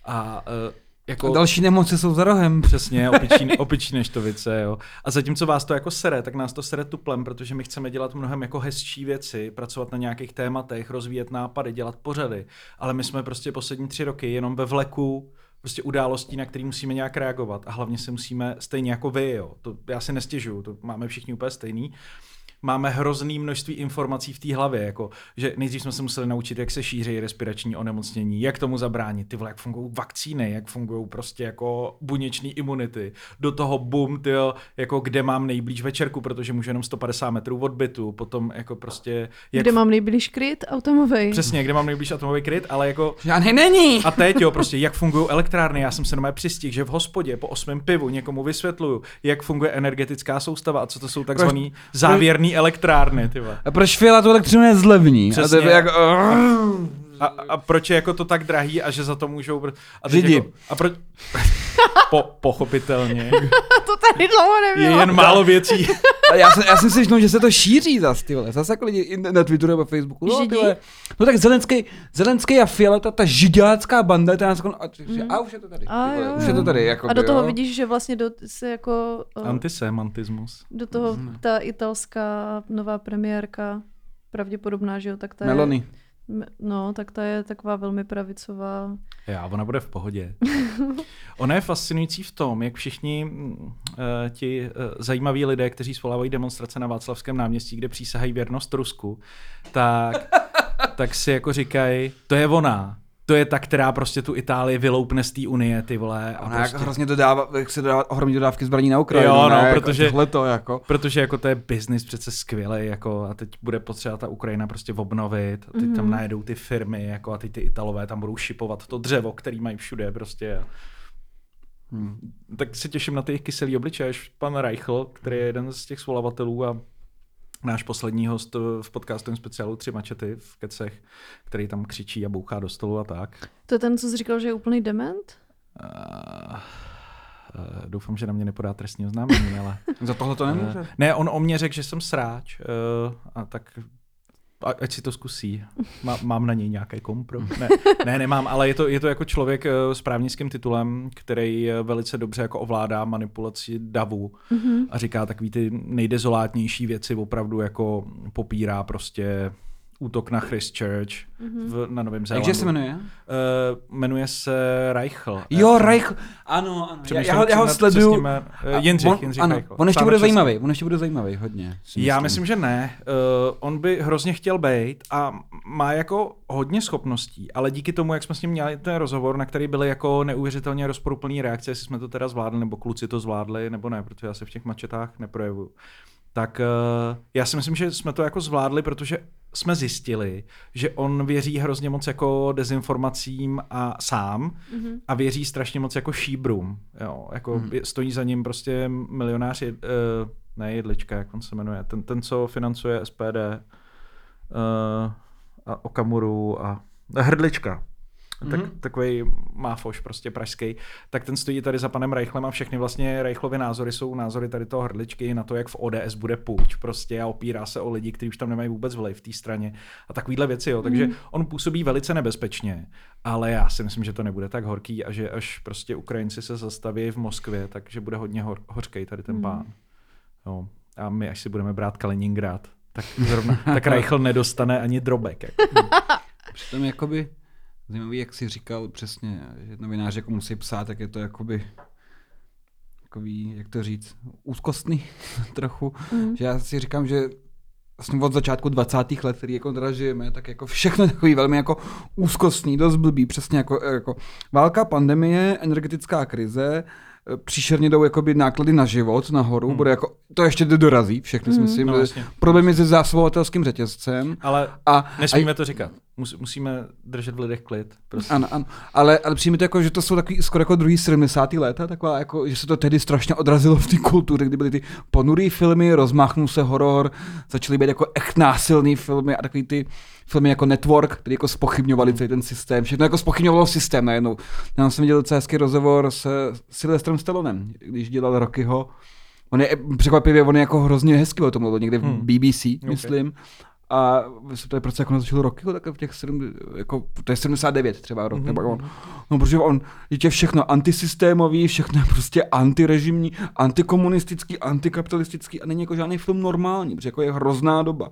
Speaker 3: A eh,
Speaker 1: A
Speaker 3: jako...
Speaker 1: další nemoci jsou za rohem.
Speaker 3: Přesně, opičí, opičí neštovice, jo. A zatímco vás to jako sere, tak nás to sere tuplem, protože my chceme dělat mnohem jako hezčí věci, pracovat na nějakých tématech, rozvíjet nápady, dělat pořady. Ale my jsme prostě poslední tři roky jenom ve vleku prostě událostí, na který musíme nějak reagovat. A hlavně se musíme, stejně jako vy, jo. To já si nestěžuju, to máme všichni úplně stejný máme hrozný množství informací v té hlavě, jako, že nejdřív jsme se museli naučit, jak se šíří respirační onemocnění, jak tomu zabránit, ty vole, jak fungují vakcíny, jak fungují prostě jako buněční imunity. Do toho bum, ty jako kde mám nejblíž večerku, protože můžu jenom 150 metrů od bytu, potom jako prostě, jak,
Speaker 2: Kde mám nejbliž kryt automovej.
Speaker 3: přesně, kde mám nejblíž atomový kryt, ale jako
Speaker 1: Žádný není.
Speaker 3: a teď jo, prostě, jak fungují elektrárny, já jsem se normálně přistihl, že v hospodě po osmém pivu někomu vysvětluju, jak funguje energetická soustava a co to jsou takzvaný závěrný elektrárny, ty vole.
Speaker 1: A proč Fiala tu elektřinu nezlevní? A to
Speaker 3: Přesně.
Speaker 1: je jako...
Speaker 3: A, a proč je jako to tak drahý a že za to můžou... br- A teď
Speaker 1: Židi.
Speaker 3: Jako, a proč... Po, pochopitelně.
Speaker 2: To tady dlouho
Speaker 3: Je
Speaker 2: nebylo.
Speaker 3: jen málo věcí.
Speaker 1: A já, jsem, já jsem si říkal, no, že se to šíří zas, ty vole. Zase jako lidi i na Twitteru nebo Facebooku. No,
Speaker 2: Židi?
Speaker 1: ty vole. no tak Zelenský, Zelenský a Fiala, ta, ta židácká banda, ta nás jako- a, mm. a už je to tady.
Speaker 2: Mhm. A
Speaker 1: ty vole,
Speaker 2: jo,
Speaker 1: už
Speaker 2: jo.
Speaker 1: je to tady. Jako
Speaker 2: A do toho vidíš, že vlastně do, se jako... eh,
Speaker 3: Antisemantismus.
Speaker 2: Do toho
Speaker 3: Mhm.
Speaker 2: ta italská nová premiérka, pravděpodobná, že jo, tak ta
Speaker 1: Melony.
Speaker 2: je... Me- No, tak ta je taková velmi pravicová.
Speaker 3: Já, ona bude v pohodě. Ona je fascinující v tom, jak všichni mm, eh, ti eh, zajímaví lidé, kteří svolávají demonstrace na Václavském náměstí, kde přísahají věrnost Rusku, tak, tak si jako říkají, to je ona. To je ta, která prostě tu Itálii vyloupne z té unie, ty vole. A
Speaker 1: Ona
Speaker 3: prostě...
Speaker 1: prostě... jak hrozně dodává, jak se dodává ohromně dodávky zbraní na Ukrajinu.
Speaker 3: Jo, no,
Speaker 1: ne, jako
Speaker 3: protože-
Speaker 1: Tohle to jako.
Speaker 3: Protože jako to je biznis přece skvělý, jako a teď bude potřeba ta Ukrajina prostě obnovit, a teď mm. tam najedou ty firmy, jako a teď ty Italové tam budou šipovat to dřevo, který mají všude prostě. A...
Speaker 1: Hmm.
Speaker 3: Tak se těším na ty jejich kyselý obličeje, až pan Reichl, který je jeden z těch svolavatelů a náš poslední host v podcastovém speciálu Tři mačety v kecech, který tam křičí a bouchá do stolu a tak.
Speaker 2: To je ten, co jsi říkal, že je úplný dement?
Speaker 3: A... a Doufám, že na mě nepodá trestní oznámení, ale...
Speaker 1: Za tohle to nemůže.
Speaker 3: Ne, on o mě řekl, že jsem sráč, eh, a tak a- ať si to zkusí. Má, mám na něj nějaký kompromis. Ne, ne, nemám, ale je to, je to jako člověk eh, s právnickým titulem, který eh, velice dobře jako ovládá manipulaci davu mm-hmm. a říká takový ty nejdezolátnější věci, opravdu jako popírá prostě útok na Christchurch mm-hmm. v, na Novém Zélandu.
Speaker 1: Takže se jmenuje?
Speaker 3: Uh, jmenuje se Reichl.
Speaker 1: Jo, Reich. Ano, ano. Já, já, ho- já ho
Speaker 3: Přemýšlím, co s
Speaker 1: sleduju.
Speaker 3: ním, eh, Jindřich,
Speaker 1: on,
Speaker 3: Jindřich
Speaker 1: ano,
Speaker 3: Reichl.
Speaker 1: on ještě
Speaker 3: Sám
Speaker 1: bude
Speaker 3: český.
Speaker 1: zajímavý, on ještě bude zajímavý hodně. si
Speaker 3: Já myslím, že ne. Uh, on by hrozně chtěl být a má jako hodně schopností, ale díky tomu, jak jsme s ním měli ten rozhovor, na který byly jako neuvěřitelně rozporuplné reakce, jestli jsme to teda zvládli, nebo kluci to zvládli, nebo ne, protože já se v těch mačetách neprojevuju. Tak uh, já si myslím, že jsme to jako zvládli, protože jsme zjistili, že on věří hrozně moc jako dezinformacím a sám mm-hmm. a věří strašně moc jako šíbrům. Jo, jako mm-hmm. stojí za ním prostě milionář, uh, ne jedlička, jak on se jmenuje, ten, ten co financuje eh, SPD uh, a Okamuru a Hrdlička. tak, takový máfoš prostě pražský, tak ten stojí tady za panem Reichlem a všechny vlastně Reichlovy názory jsou názory tady toho hrdličky na to, jak v ODS bude půjč prostě a opírá se o lidi, kteří už tam nemají vůbec vliv v té straně a takovýhle věci, jo. Takže on působí velice nebezpečně, ale já si myslím, že to nebude tak horký a že až prostě Ukrajinci se zastaví v Moskvě, takže bude hodně hor- hořkej tady ten pán. Jo. A my, až si budeme brát Kaliningrad, tak zrovna, tak Reichl nedostane ani drobek. Jako.
Speaker 1: Přitom jakoby, zajímavý, jak jsi říkal přesně, že novináři jako musí psát, tak je to jakoby takový, jak to říct, úzkostný trochu, mm. že já si říkám, že vlastně od začátku 20. let, který jako teda žijeme, tak jako všechno je takový velmi jako úzkostný, dost blbý, přesně jako, jako válka, pandemie, energetická krize, eh, příšerně jdou jakoby náklady na život nahoru, bude jako, to ještě dorazí, všechny si myslím,
Speaker 3: Mhm. No,
Speaker 1: no,
Speaker 3: jasně.
Speaker 1: problémy se zásobovatelským řetězcem,
Speaker 3: Ale
Speaker 1: a,
Speaker 3: Nesmíme to říkat. Mus, musíme držet v lidech klid. Prostě.
Speaker 1: Ano, ano. Ale, ale přijme to jako, že to jsou takový skoro jako druhý 70. léta, taková jako, že se to tehdy strašně odrazilo v té kultuře, kdy byly ty ponurý filmy, rozmáchnul se horor, začaly být jako echt násilný filmy a takový ty filmy jako Network, které jako spochybňovali celý ten systém, všechno jako spochybňovalo systém najednou. Já jsem viděl docela hezký rozhovor s Sylvestrem Stallonem, když dělal Rockyho. On je překvapivě, on je jako hrozně hezky o tom mluvil, někde v
Speaker 3: Hmm.
Speaker 1: BBC, myslím. A se to je proč jako natočil roky, tak v těch 7, jako, to je 79 třeba rok, mm-hmm. nebo on. No, protože on je tě všechno antisystémový, všechno je prostě antirežimní, antikomunistický, antikapitalistický a není jako žádný film normální, protože jako je hrozná doba.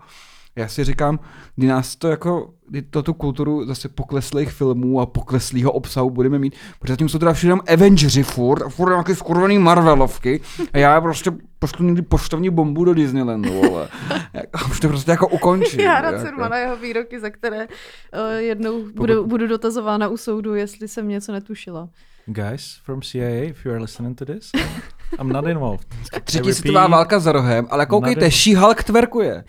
Speaker 1: Já si říkám, kdy nás to jako, kdy to tu kulturu zase pokleslých filmů a pokleslýho obsahu budeme mít, protože zatím jsou teda všude jenom Avengeři furt, a furt nějaké skurvený Marvelovky a já prostě pošlu někdy poštovní bombu do Disneylandu, vole. Jak- Už to prostě jako ukončím.
Speaker 2: Já rád
Speaker 1: jako.
Speaker 2: jsem na jeho výroky, za které eh, jednou budu, budu dotazována u soudu, jestli jsem něco netušila.
Speaker 3: Guys from CIA, if you are listening to this, I'm not involved.
Speaker 1: Třetí světová válka za rohem, ale koukejte,
Speaker 3: Nadem.
Speaker 1: She-Hulk tverkuje.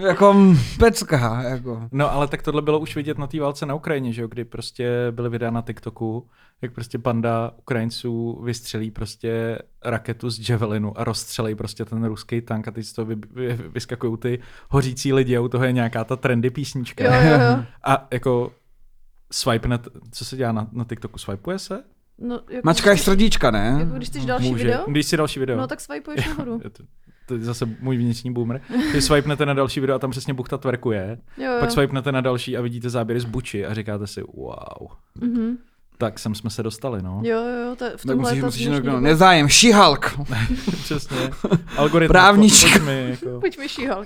Speaker 1: jako mm, pecka, jako.
Speaker 3: No ale tak tohle bylo už vidět na té válce na Ukrajině, že jo, kdy prostě byly videa na TikToku, jak prostě banda Ukrajinců vystřelí prostě raketu z Javelinu a rozstřelí prostě ten ruský tank a teď z toho vy, vy, vyskakují ty hořící lidi a u toho je nějaká ta trendy písnička.
Speaker 2: Jo, jo, jo.
Speaker 3: A jako swipe na, t- co se dělá na, na TikToku? Swipeuje se?
Speaker 2: No, jako,
Speaker 1: Mačka je srdíčka, ne?
Speaker 2: jako když chceš další
Speaker 3: No, Může.
Speaker 2: video,
Speaker 3: Když si další video.
Speaker 2: no tak swipeuješ nahoru.
Speaker 3: Je to, to je zase můj vnitřní boomer. Vy swipenete na další video a tam přesně buchta tverkuje.
Speaker 2: Jo, jo.
Speaker 3: Pak swipenete na další a vidíte záběry z buči a říkáte si wow.
Speaker 2: Mhm.
Speaker 3: Tak sem jsme se dostali, no.
Speaker 2: Jo, jo, to je
Speaker 1: Tak
Speaker 2: v tomhle
Speaker 1: musíš,
Speaker 2: ta
Speaker 1: musíš
Speaker 2: dnešní
Speaker 1: no,
Speaker 2: doba-
Speaker 1: nezájem, She-Hulk.
Speaker 3: Přesně. Algoritmy.
Speaker 1: Právnička.
Speaker 3: Po, pojďme, jako.
Speaker 2: Pojďme šíhal.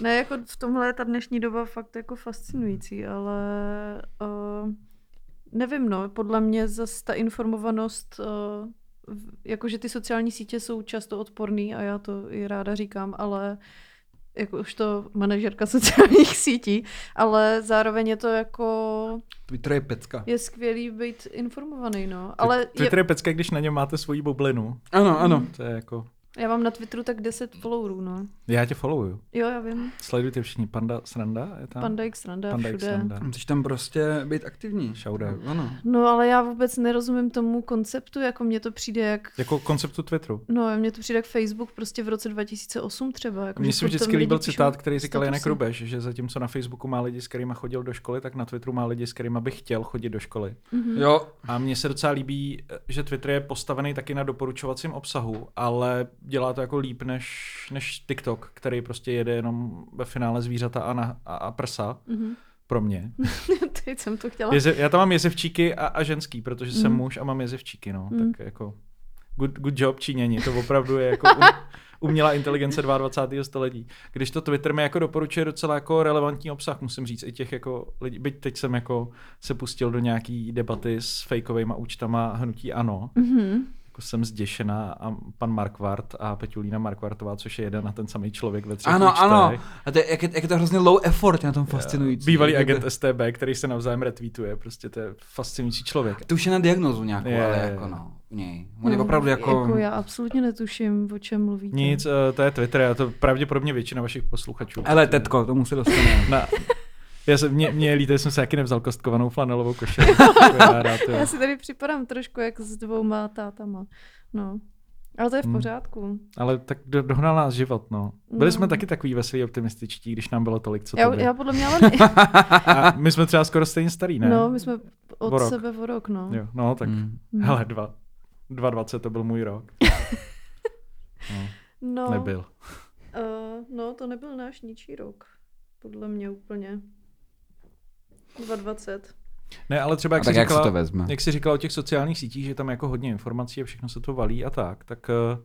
Speaker 2: Ne, jako v tomhle je ta dnešní doba fakt jako fascinující, ale uh, nevím, no, podle mě zase ta informovanost, uh, jakože ty sociální sítě jsou často odporný a já to i ráda říkám, ale jako už to manažerka sociálních sítí, ale zároveň je to jako,
Speaker 1: Twitter je pecka.
Speaker 2: je skvělý být informovaný, no. Ale je,
Speaker 3: Twitter je pecka, když na něm máte svoji bublinu.
Speaker 1: Ano, ano.
Speaker 3: To je jako...
Speaker 2: já mám na Twitteru tak 10 followerů, no.
Speaker 3: Já tě followuju.
Speaker 2: Jo, já vím.
Speaker 3: Sledujte všichni. Panda Sranda je tam?
Speaker 2: Panda X Randa
Speaker 3: Panda
Speaker 2: všude.
Speaker 3: X Sranda.
Speaker 1: Musíš tam prostě být aktivní.
Speaker 3: Shoutout.
Speaker 1: Ano.
Speaker 2: No ale já vůbec nerozumím tomu konceptu, jako mně to přijde jak...
Speaker 3: Jako konceptu Twitteru.
Speaker 2: No, mně to přijde jak Facebook prostě v roce 2008 třeba. Jako,
Speaker 3: Mně
Speaker 2: že
Speaker 3: se
Speaker 2: furt tam
Speaker 3: vždycky
Speaker 2: lidi
Speaker 3: líbil
Speaker 2: píšou
Speaker 3: citát, který říkal Janek
Speaker 2: statusy.
Speaker 3: Rubeš, že zatímco na Facebooku má lidi, s kterými chodil do školy, tak na Twitteru má lidi, s kterými bych chtěl chodit do školy.
Speaker 2: Mhm.
Speaker 1: Jo,
Speaker 3: A mně se docela líbí, eh, že Twitter je postavený taky na doporučovacím obsahu, ale dělá to jako líp než, než TikTok, který prostě jede jenom ve finále zvířata a, na, a, a prsa.
Speaker 2: Mhm.
Speaker 3: Mm-hmm. Pro mě.
Speaker 2: Teď jsem to chtěla.
Speaker 3: Jeze, já tam mám jezevčíky a, a ženský, protože jsem muž a mám jezevčíky, no. Tak jako good, good job Číňani, to opravdu je jako um, umělá inteligence 22. století. Když to Twitter mi jako doporučuje docela jako relevantní obsah, musím říct, i těch jako lidí, byť teď jsem jako se pustil do nějaký debaty s fejkovými účtama Hnutí Ano,
Speaker 2: Mm-hmm.
Speaker 3: jako jsem zděšená a pan Markvart a Petulína Markvartová, což je jeden a ten samý člověk ve třech
Speaker 1: ano,
Speaker 3: účtech.
Speaker 1: ano. A to je, jak, je, jak je to hrozně low effort, je na tom fascinující. Jako
Speaker 3: Bývalý
Speaker 1: Jak je to-
Speaker 3: agent STB, který se navzájem retweetuje, prostě to je fascinující člověk.
Speaker 1: To už je na diagnozu nějakou,
Speaker 3: Je,
Speaker 1: ale
Speaker 3: je, je.
Speaker 1: jako no, u něj. On je opravdu jako...
Speaker 2: jako... já absolutně netuším, o čem mluvíte.
Speaker 3: Nic, eh, to je Twitter a to pravděpodobně většina vašich posluchačů.
Speaker 1: Hele, tetko, tomu se dostane.
Speaker 3: Na, já jsem, mě, mě je líto, že jsem se taky nevzal kostkovanou flanelovou košili.
Speaker 2: Já si tady připadám trošku jak s dvouma tátama. No. Ale to
Speaker 3: Hmm.
Speaker 2: je v pořádku.
Speaker 3: Ale tak do, dohnal nás život, no.
Speaker 2: No.
Speaker 3: Byli jsme taky takový veselí optimističtí, když nám bylo tolik, co to
Speaker 2: Já,
Speaker 3: bylo.
Speaker 2: já podle mě ale...
Speaker 3: A my jsme třeba skoro stejně starý, ne?
Speaker 2: No, my jsme od
Speaker 3: O rok.
Speaker 2: sebe o rok, no.
Speaker 3: Jo, no tak,
Speaker 1: Mm.
Speaker 2: Mm.
Speaker 3: hele, dva. 2020 to byl můj rok. No,
Speaker 2: no,
Speaker 3: nebyl.
Speaker 2: Uh, no, to nebyl náš ničí rok. Podle mě úplně. 2020.
Speaker 3: Ne, ale třeba
Speaker 1: A
Speaker 3: jak
Speaker 1: tak
Speaker 3: jsi
Speaker 1: jak se
Speaker 3: říkala,
Speaker 1: to vezme?
Speaker 3: jak jsi říkala o těch sociálních sítích, že tam je jako hodně informací a všechno se to valí a tak, tak eh,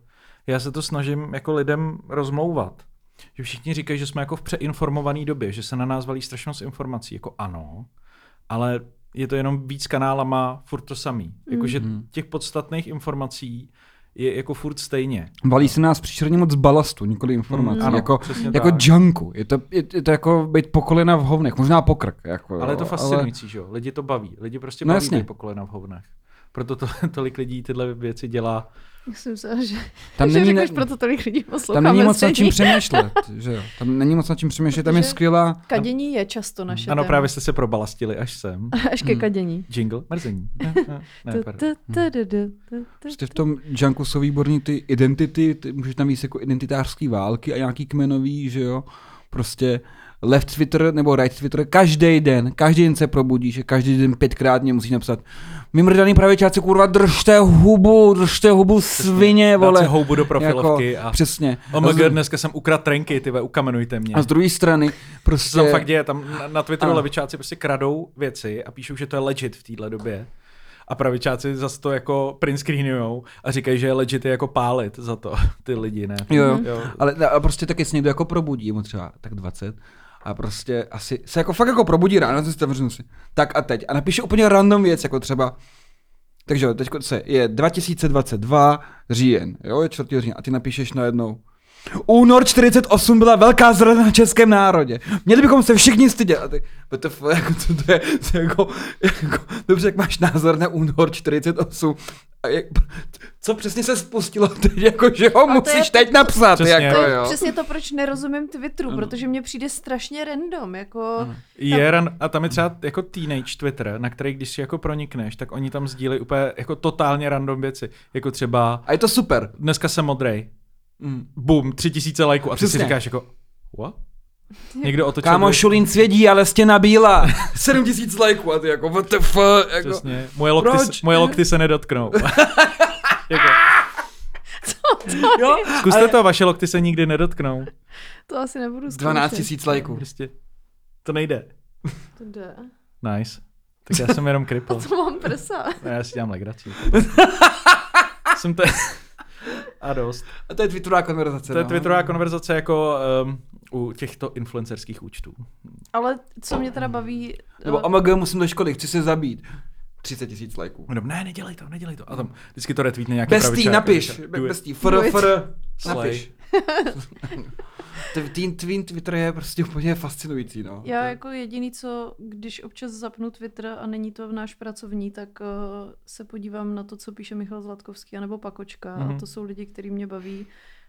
Speaker 3: já se to snažím jako lidem rozmlouvat. Že všichni říkají, že jsme jako v přeinformované době, že se na nás valí strašně moc informací. Jako ano, ale je to jenom víc kanálama, furt to samý. Jakože
Speaker 1: Mhm.
Speaker 3: těch podstatných informací je jako furt stejně. No.
Speaker 1: Valí se nás příšerně moc balastu, nikoli informací.
Speaker 3: Ano,
Speaker 1: jako
Speaker 3: přesně
Speaker 1: jako
Speaker 3: tak.
Speaker 1: junku. Je to, je, je to jako být po kolena v hovnech, možná po krk. Jako,
Speaker 3: Ale je to
Speaker 1: jo,
Speaker 3: fascinující, že jo? Lidi to baví. Lidi prostě
Speaker 1: No
Speaker 3: baví
Speaker 1: jasně.
Speaker 3: být po kolena v hovnech. Proto to, tolik lidí tyhle věci dělá.
Speaker 2: Myslím se, že,
Speaker 1: Tam
Speaker 2: že
Speaker 1: není ne-
Speaker 2: řekneš, proto tolik lidí poslouchá.
Speaker 1: Tam není moc nad
Speaker 2: mezdění.
Speaker 1: čím přemýšlet, že jo? Tam není moc nad čím přemýšlet, tam je
Speaker 2: Protože-
Speaker 1: skvělá...
Speaker 2: Kadění je často naše
Speaker 3: Ano,
Speaker 2: téma.
Speaker 3: právě jste se probalastili až sem.
Speaker 2: Až ke
Speaker 1: Mm.
Speaker 2: kadění.
Speaker 3: Jingle? Mrzení. Ne, ne, ne,
Speaker 2: Tu,
Speaker 3: pardon.
Speaker 2: tu, tu, tu, tu, tu, tu.
Speaker 1: Prostě v tom junku jsou výborný ty identity, ty, můžeš tam víc jako identitářský války a nějaký kmenový, že jo? Prostě left Twitter nebo right Twitter, každý den, každý den se probudíš, a každý den pětkrát mě musíš napsat Mimrdaný pravičáci, kurva, držte hubu, držte hubu svině,
Speaker 3: Dát si
Speaker 1: vole.
Speaker 3: houbu do profilovky
Speaker 1: Jako,
Speaker 3: a...
Speaker 1: Přesně.
Speaker 3: Oh my
Speaker 1: A z-
Speaker 3: god, dneska jsem ukradl trenky, ty ve, ukamenujte mě.
Speaker 1: A z druhé strany,
Speaker 3: Co se tam
Speaker 1: prostě...
Speaker 3: fakt děje? Tam na, na Twitteru
Speaker 1: Ano.
Speaker 3: levičáci prostě kradou věci a píšou, že to je legit v téhle době. A pravičáci zase to jako print screenujou a říkají, že je legit je jako pálit za to ty lidi, ne?
Speaker 1: Jo, jo.
Speaker 3: jo.
Speaker 1: Ale ne, a prostě taky se někdo jako probudí, mu třeba tak 20, a prostě asi se jako fakt jako probudí ráno, si zavřenu si, tak a teď. A napíše úplně random věc, jako třeba, takže teď se je 2022 říjen, jo, je 4. říjen, a ty napíšeš najednou, Únor 48 byla velká zrada na českém národě. Měli bychom se všichni stydět. A ty, BTF, jako co to je, to je jako, jako, dobře, jak máš názor na únor 48, a jak, co přesně se spustilo teď, jako, že ho
Speaker 2: to je-
Speaker 1: musíš teď napsat.
Speaker 3: Přesně.
Speaker 1: Jako,
Speaker 2: To je
Speaker 1: jo.
Speaker 2: přesně to, proč nerozumím Twitteru, protože mě přijde strašně random, jako...
Speaker 3: Je ran, a tam je třeba jako teenage Twitter, na který když si jako pronikneš, tak oni tam sdílejí úplně jako totálně random věci. Jako třeba
Speaker 1: A je to super.
Speaker 3: dneska jsem modrej,
Speaker 1: Mm.
Speaker 3: bum, tři tisíce lajků a ty
Speaker 1: Přesně.
Speaker 3: si říkáš jako what? Někdo otočil
Speaker 1: Kámo,
Speaker 3: druhou-
Speaker 1: šulín svědí, ale stěna bílá. 7000 lajků a ty jako, what the fuck. Jako.
Speaker 3: Přesně. Moje lokty,
Speaker 1: Proč?
Speaker 3: se, moje lokty se nedotknou. jako,
Speaker 1: Jo?
Speaker 3: zkuste ale... to, vaše lokty se nikdy nedotknou.
Speaker 2: To asi nebudu zkoušet.
Speaker 1: 12 000 lajků.
Speaker 3: Prostě to nejde.
Speaker 2: To jde.
Speaker 3: Nice. Tak já jsem jenom
Speaker 2: A
Speaker 3: kripl.
Speaker 2: co mám prsa?
Speaker 3: Ne, Já si dělám legraci. jsem to... A dost.
Speaker 1: A to je Twitterová konverzace.
Speaker 3: To je
Speaker 1: no.
Speaker 3: Twitterová konverzace jako um, u těchto influencerských účtů.
Speaker 2: Ale co mě teda baví...
Speaker 1: Nebo
Speaker 2: eh,
Speaker 1: OMG, musím do školy, chci se zabít. 30 tisíc lajků.
Speaker 3: Jenom, ne, nedělej to, nedělej to. A tam vždycky to retweetne nějaký
Speaker 1: Bestý, napiš.
Speaker 3: pravičák. Do it.
Speaker 1: Bestý,
Speaker 2: Do
Speaker 1: fr,
Speaker 2: it.
Speaker 1: fr,
Speaker 3: Slay.
Speaker 1: napiš. T- Teen Twin Twitter je prostě úplně fascinující, no.
Speaker 2: Já jako jediný, co když občas zapnu Twitter a není to v náš pracovní, tak uh, se podívám na to, co píše Michal Zlatkovský anebo Pakočka. Mm-hmm.
Speaker 3: Mhm.
Speaker 2: A to jsou lidi, který mě baví.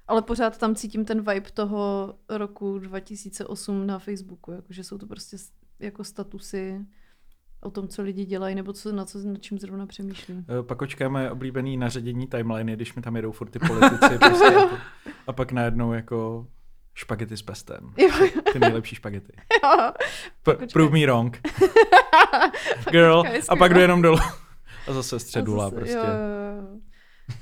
Speaker 2: Ale pořád tam cítím ten vibe toho roku 2008 na Facebooku. Jakože jsou to prostě s- jako statusy o tom, co lidi dělají, nebo co, na, co, na čím zrovna přemýšlím.
Speaker 3: Eh, Pak očkáme oblíbený naředění timeliny, když mi tam jedou furt ty politici. prostě jako. A pak najednou jako špagety s pestem.
Speaker 2: Jo,
Speaker 3: Ty nejlepší špagety.
Speaker 2: jo.
Speaker 3: P- prove me wrong. Girl.
Speaker 2: Pakočka je
Speaker 3: A pak jdu jenom dolů. A zase středula
Speaker 2: no. A No zase-
Speaker 3: prostě.
Speaker 2: Jo, jo, jo.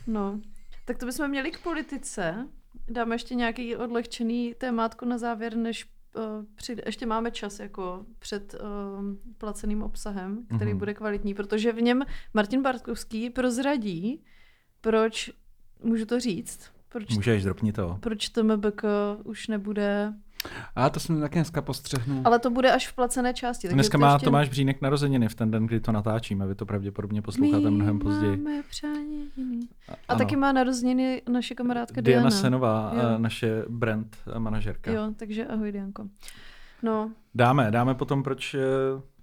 Speaker 2: No, tak to bychom měli k politice. Dáme ještě nějaký odlehčený témátko na závěr, než uh, přijde. Ještě máme čas jako před uh, placeným obsahem, který
Speaker 3: Mhm.
Speaker 2: bude kvalitní, protože v něm Martin Bartkovský prozradí, proč, můžu to říct, proč,
Speaker 3: Můžeš, dropni to.
Speaker 2: proč TMBK už nebude,
Speaker 1: A to jsem taky dneska postřehnul.
Speaker 2: ale to bude až v placené části. takže
Speaker 3: Dneska
Speaker 2: to
Speaker 3: má
Speaker 2: ještě
Speaker 3: Tomáš Břínek narozeniny v ten den, kdy to natáčíme. Vy to pravděpodobně posloucháte mnohem později.
Speaker 2: Máme přání jiný. A
Speaker 3: ano.
Speaker 2: taky má narozeniny naše kamarádka
Speaker 3: Diana,
Speaker 2: Diana.
Speaker 3: Senová,
Speaker 2: Jo.
Speaker 3: eh, naše brand eh, manažerka.
Speaker 2: Jo, takže ahoj Dianko. No,
Speaker 3: Dáme, dáme potom, proč eh,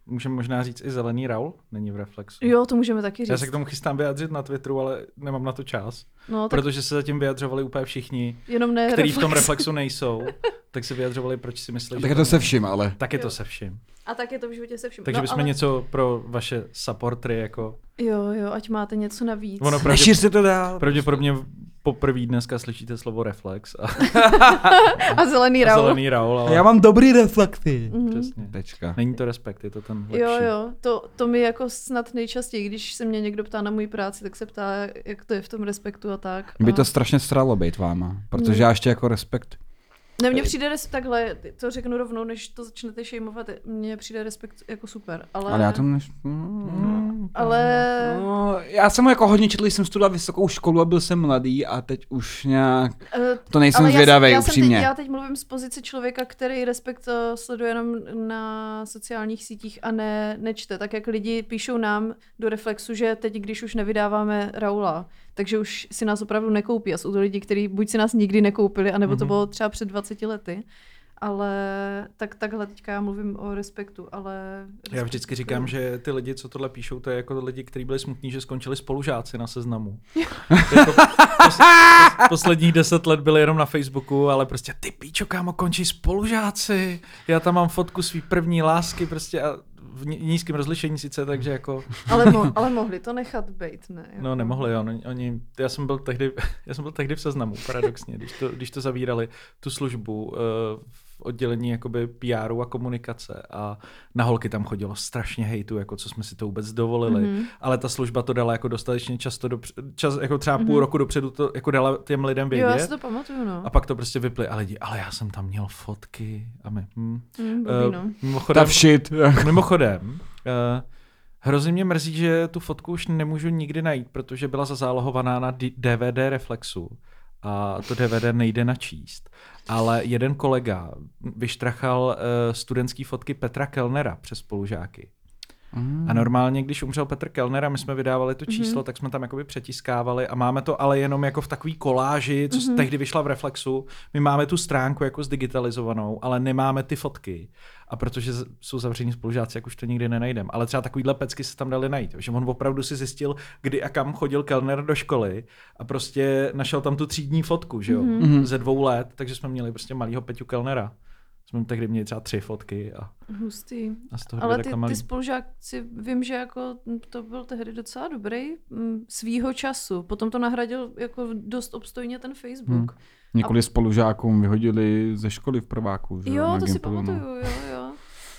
Speaker 3: můžeme možná říct i zelený Raul, není v Reflexu.
Speaker 2: jo, to můžeme taky
Speaker 3: Já
Speaker 2: říct.
Speaker 3: se k tomu chystám vyjádřit na Twitteru, ale nemám na to čas.
Speaker 2: No, tak
Speaker 3: Protože se zatím vyjadřovali úplně všichni,
Speaker 2: jenom ne
Speaker 3: kteří v
Speaker 2: reflex.
Speaker 3: tom reflexu nejsou, tak se vyjadřovali, proč si myslí,
Speaker 1: Tak je to se vším, ale.
Speaker 3: Tak je
Speaker 2: Jo.
Speaker 3: to se vším.
Speaker 2: A tak je to v životě se vším.
Speaker 3: Takže
Speaker 2: no,
Speaker 3: bychom
Speaker 2: ale...
Speaker 3: něco pro vaše supportry jako...
Speaker 2: Jo, jo, ať máte něco navíc.
Speaker 3: Ono pravdě...
Speaker 1: Nešířte to dál.
Speaker 3: Pravděpodobně poprvé dneska slyšíte slovo reflex a,
Speaker 2: A zelený
Speaker 3: a
Speaker 2: raul.
Speaker 3: zelený raul, ale
Speaker 1: Já mám dobrý reflekty.
Speaker 2: Mhm.
Speaker 3: přesně.
Speaker 1: Tečka.
Speaker 3: Není to respekt, je to ten lepší.
Speaker 2: Jo, jo, to, to mi jako snad nejčastěji, když se mě někdo ptá na moji práci, tak se ptá, jak to je v tom respektu a tak.
Speaker 1: Mě by
Speaker 2: a...
Speaker 1: to strašně stralo být váma,
Speaker 2: Mm.
Speaker 1: protože já ještě jako respekt.
Speaker 2: Ne, mně přijde respekt takhle, to řeknu rovnou, než to začnete šejmovat, mně přijde respekt jako super, ale...
Speaker 1: Ale já to než... Mm.
Speaker 2: Ale
Speaker 1: No, já jsem ho jako hodně četl, když jsem studoval vysokou školu a byl jsem mladý a teď už nějak...
Speaker 2: eh,
Speaker 1: To nejsem
Speaker 2: ale
Speaker 1: zvědavý,
Speaker 2: já, jsem- Já, jsem
Speaker 1: upřímně.
Speaker 2: teď, já teď mluvím z pozice člověka, který respekt eh, sleduje jenom na sociálních sítích a ne, nečte. Tak jak lidi píšou nám do Reflexu, že teď, když už nevydáváme Raula, takže už si nás opravdu nekoupí. A jsou to lidi, kteří buď si nás nikdy nekoupili, anebo to
Speaker 3: Mhm.
Speaker 2: bylo třeba před 20 lety. Ale tak takhle teďka já mluvím o respektu, ale...
Speaker 3: Já vždycky říkám, že ty lidi, co tohle píšou, to je jako lidi, kteří byli smutní, že skončili spolužáci na seznamu. To je jako pos- pos- posledních deset let byli jenom na Facebooku, ale prostě ty píčo, kámo, končí spolužáci. Já tam mám fotku svý první lásky prostě a v ni- nízkém rozlišení sice, takže jako,
Speaker 2: Ale, mo- ale mohli to nechat být, ne? Jako-
Speaker 3: no nemohli, on, oni, já jsem byl tehdy, já jsem byl tehdy v seznamu, paradoxně, když to, když to zavírali, tu službu eh, v oddělení jakoby PRu a komunikace a na holky tam chodilo strašně hejtu, jako co jsme si to vůbec dovolili,
Speaker 2: Mhm.
Speaker 3: ale ta služba to dala jako dostatečně často, dopř- čas, jako třeba půl roku dopředu to jako dala těm lidem
Speaker 2: Mhm. Jo, já si
Speaker 3: vědět.
Speaker 2: to pamatuju, no.
Speaker 3: A pak to prostě vyply a lidi, ale já jsem tam měl fotky a my, hm.
Speaker 2: Mm,
Speaker 3: Eh,
Speaker 2: blbý, no.
Speaker 3: mimochodem,
Speaker 1: Ta shit.
Speaker 3: mimochodem eh, hrozně mě mrzí, že tu fotku už nemůžu nikdy najít, protože byla zazálohovaná na D- DVD Reflexu a to DVD nejde načíst. Ale jeden kolega vyštrachal eh, studentský fotky Petra Kellnera přes spolužáky. A normálně, když umřel Petr Kellner a my jsme vydávali
Speaker 2: Mhm.
Speaker 3: to číslo, mm-hmm. tak jsme tam jakoby přetiskávali a máme to ale jenom jako v takový koláži, co
Speaker 2: Mhm.
Speaker 3: mm-hmm. tehdy vyšla v Reflexu. My máme tu stránku jako zdigitalizovanou, ale nemáme ty fotky. A protože z- jsou zavření spolužáci, jak už to nikdy nenajdem. Ale třeba takovýhle pecky se tam dali najít. Že on opravdu si zjistil, kdy a kam chodil Kellner do školy a prostě našel tam tu třídní fotku, že jo,
Speaker 2: Mhm.
Speaker 3: mm-hmm. ze dvou let, takže jsme měli prostě malýho Peťu Kellnera. Jsme tehdy měli třeba tři fotky a,
Speaker 2: Hustý.
Speaker 3: a z toho
Speaker 2: Ale
Speaker 3: byly
Speaker 2: ty,
Speaker 3: takhle malý.
Speaker 2: ty spolužáci, vím, že jako to byl tehdy docela dobrý mm, svýho času. Potom to nahradil jako dost obstojně ten
Speaker 3: Hmm.
Speaker 2: Facebook.
Speaker 1: Několik spolužákům vyhodili ze školy v prváku. Že?
Speaker 2: jo,
Speaker 1: na
Speaker 2: to si
Speaker 1: Gimplu, no.
Speaker 2: pamatuju, jo, jo.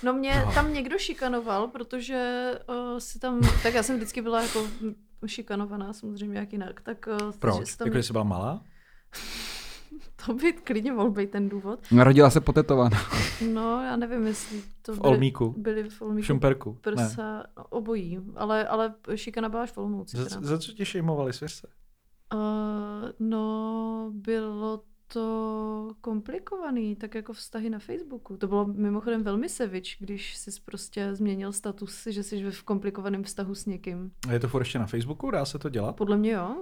Speaker 2: No mě tam někdo šikanoval, protože uh, si tam, tak já jsem vždycky byla jako mm, šikanovaná samozřejmě jak jinak, tak uh, že
Speaker 3: Proč?
Speaker 2: si Tam,
Speaker 3: Jako, jsi byla malá?
Speaker 2: to by klidně mohl být ten důvod.
Speaker 1: Narodila se potetovaná.
Speaker 2: No, já nevím, jestli to
Speaker 3: V
Speaker 2: byly-
Speaker 3: Olmíku?
Speaker 2: byly v
Speaker 3: V
Speaker 2: Olmíku
Speaker 3: Šumperku? Ne.
Speaker 2: prsa, no, obojí, ale, ale šikana byla až v Olomouci.
Speaker 3: Za,
Speaker 2: teda.
Speaker 3: za co tě šejmovali, svěř se?
Speaker 2: Uh, no, bylo to komplikovaný, tak jako vztahy na Facebooku. To bylo mimochodem velmi sevič, když jsi prostě změnil status, že jsi v komplikovaném vztahu s někým.
Speaker 3: A je to furt ještě na Facebooku? Dá se to dělat?
Speaker 2: Podle mě jo.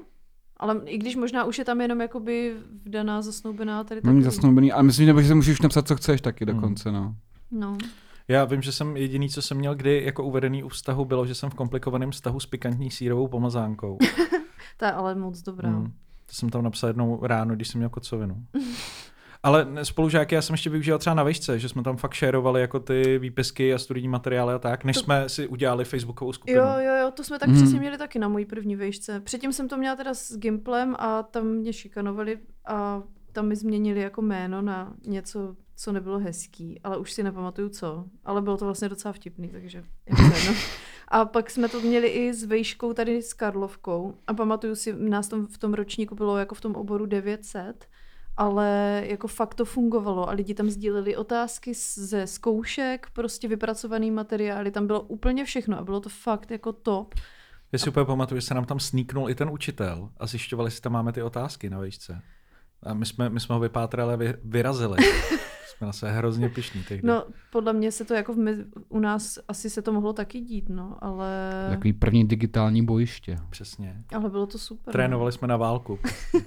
Speaker 2: Ale i když možná už je tam jenom jakoby vdaná, zasnoubená tady
Speaker 1: Není
Speaker 2: takový-
Speaker 1: zasnoubený, ale myslím, že si můžeš napsat, co chceš taky
Speaker 2: Hmm.
Speaker 1: dokonce. No.
Speaker 2: No.
Speaker 3: Já vím, že jsem jediný, co jsem měl kdy jako uvedený u vztahu, bylo, že jsem v komplikovaném vztahu s pikantní sírovou pomazánkou.
Speaker 2: To je ale moc dobrá.
Speaker 3: Hmm. To jsem tam napsal jednou ráno, když jsem měl kocovinu. Ale ne, spolužáky já jsem ještě využíval třeba na vejšce, že jsme tam fakt šérovali jako ty výpisky a studijní materiály a tak, než
Speaker 2: To-
Speaker 3: jsme si udělali facebookovou skupinu.
Speaker 2: Jo, jo, jo, to jsme tak
Speaker 1: Mhm.
Speaker 2: přesně měli taky na mojí první vejšce. Předtím jsem to měla teda s Gimplem a tam mě šikanovali a tam mi změnili jako jméno na něco, co nebylo hezký, ale už si nepamatuju co. Ale bylo to vlastně docela vtipný, takže jako to je jedno. A pak jsme to měli i s vejškou tady s Karlovkou a pamatuju si, nás tam v tom ročníku bylo jako v tom oboru 900 ale jako fakt to fungovalo a lidi tam sdíleli otázky z- ze zkoušek, prostě vypracovaný materiály, tam bylo úplně všechno a bylo to fakt jako top.
Speaker 3: Já si úplně pamatuju, že se nám tam sníknul i ten učitel a zjišťovali, jestli tam máme ty otázky na výšce. A my jsme, my jsme ho vypátrali a vy, vyrazili. jsme na se hrozně pišní tehdy.
Speaker 2: No, podle mě se to jako v mez- u nás asi se to mohlo taky dít, no, ale,
Speaker 1: Takový první digitální bojiště.
Speaker 3: Přesně.
Speaker 2: ale bylo to super. no.
Speaker 3: Trénovali jsme na válku. A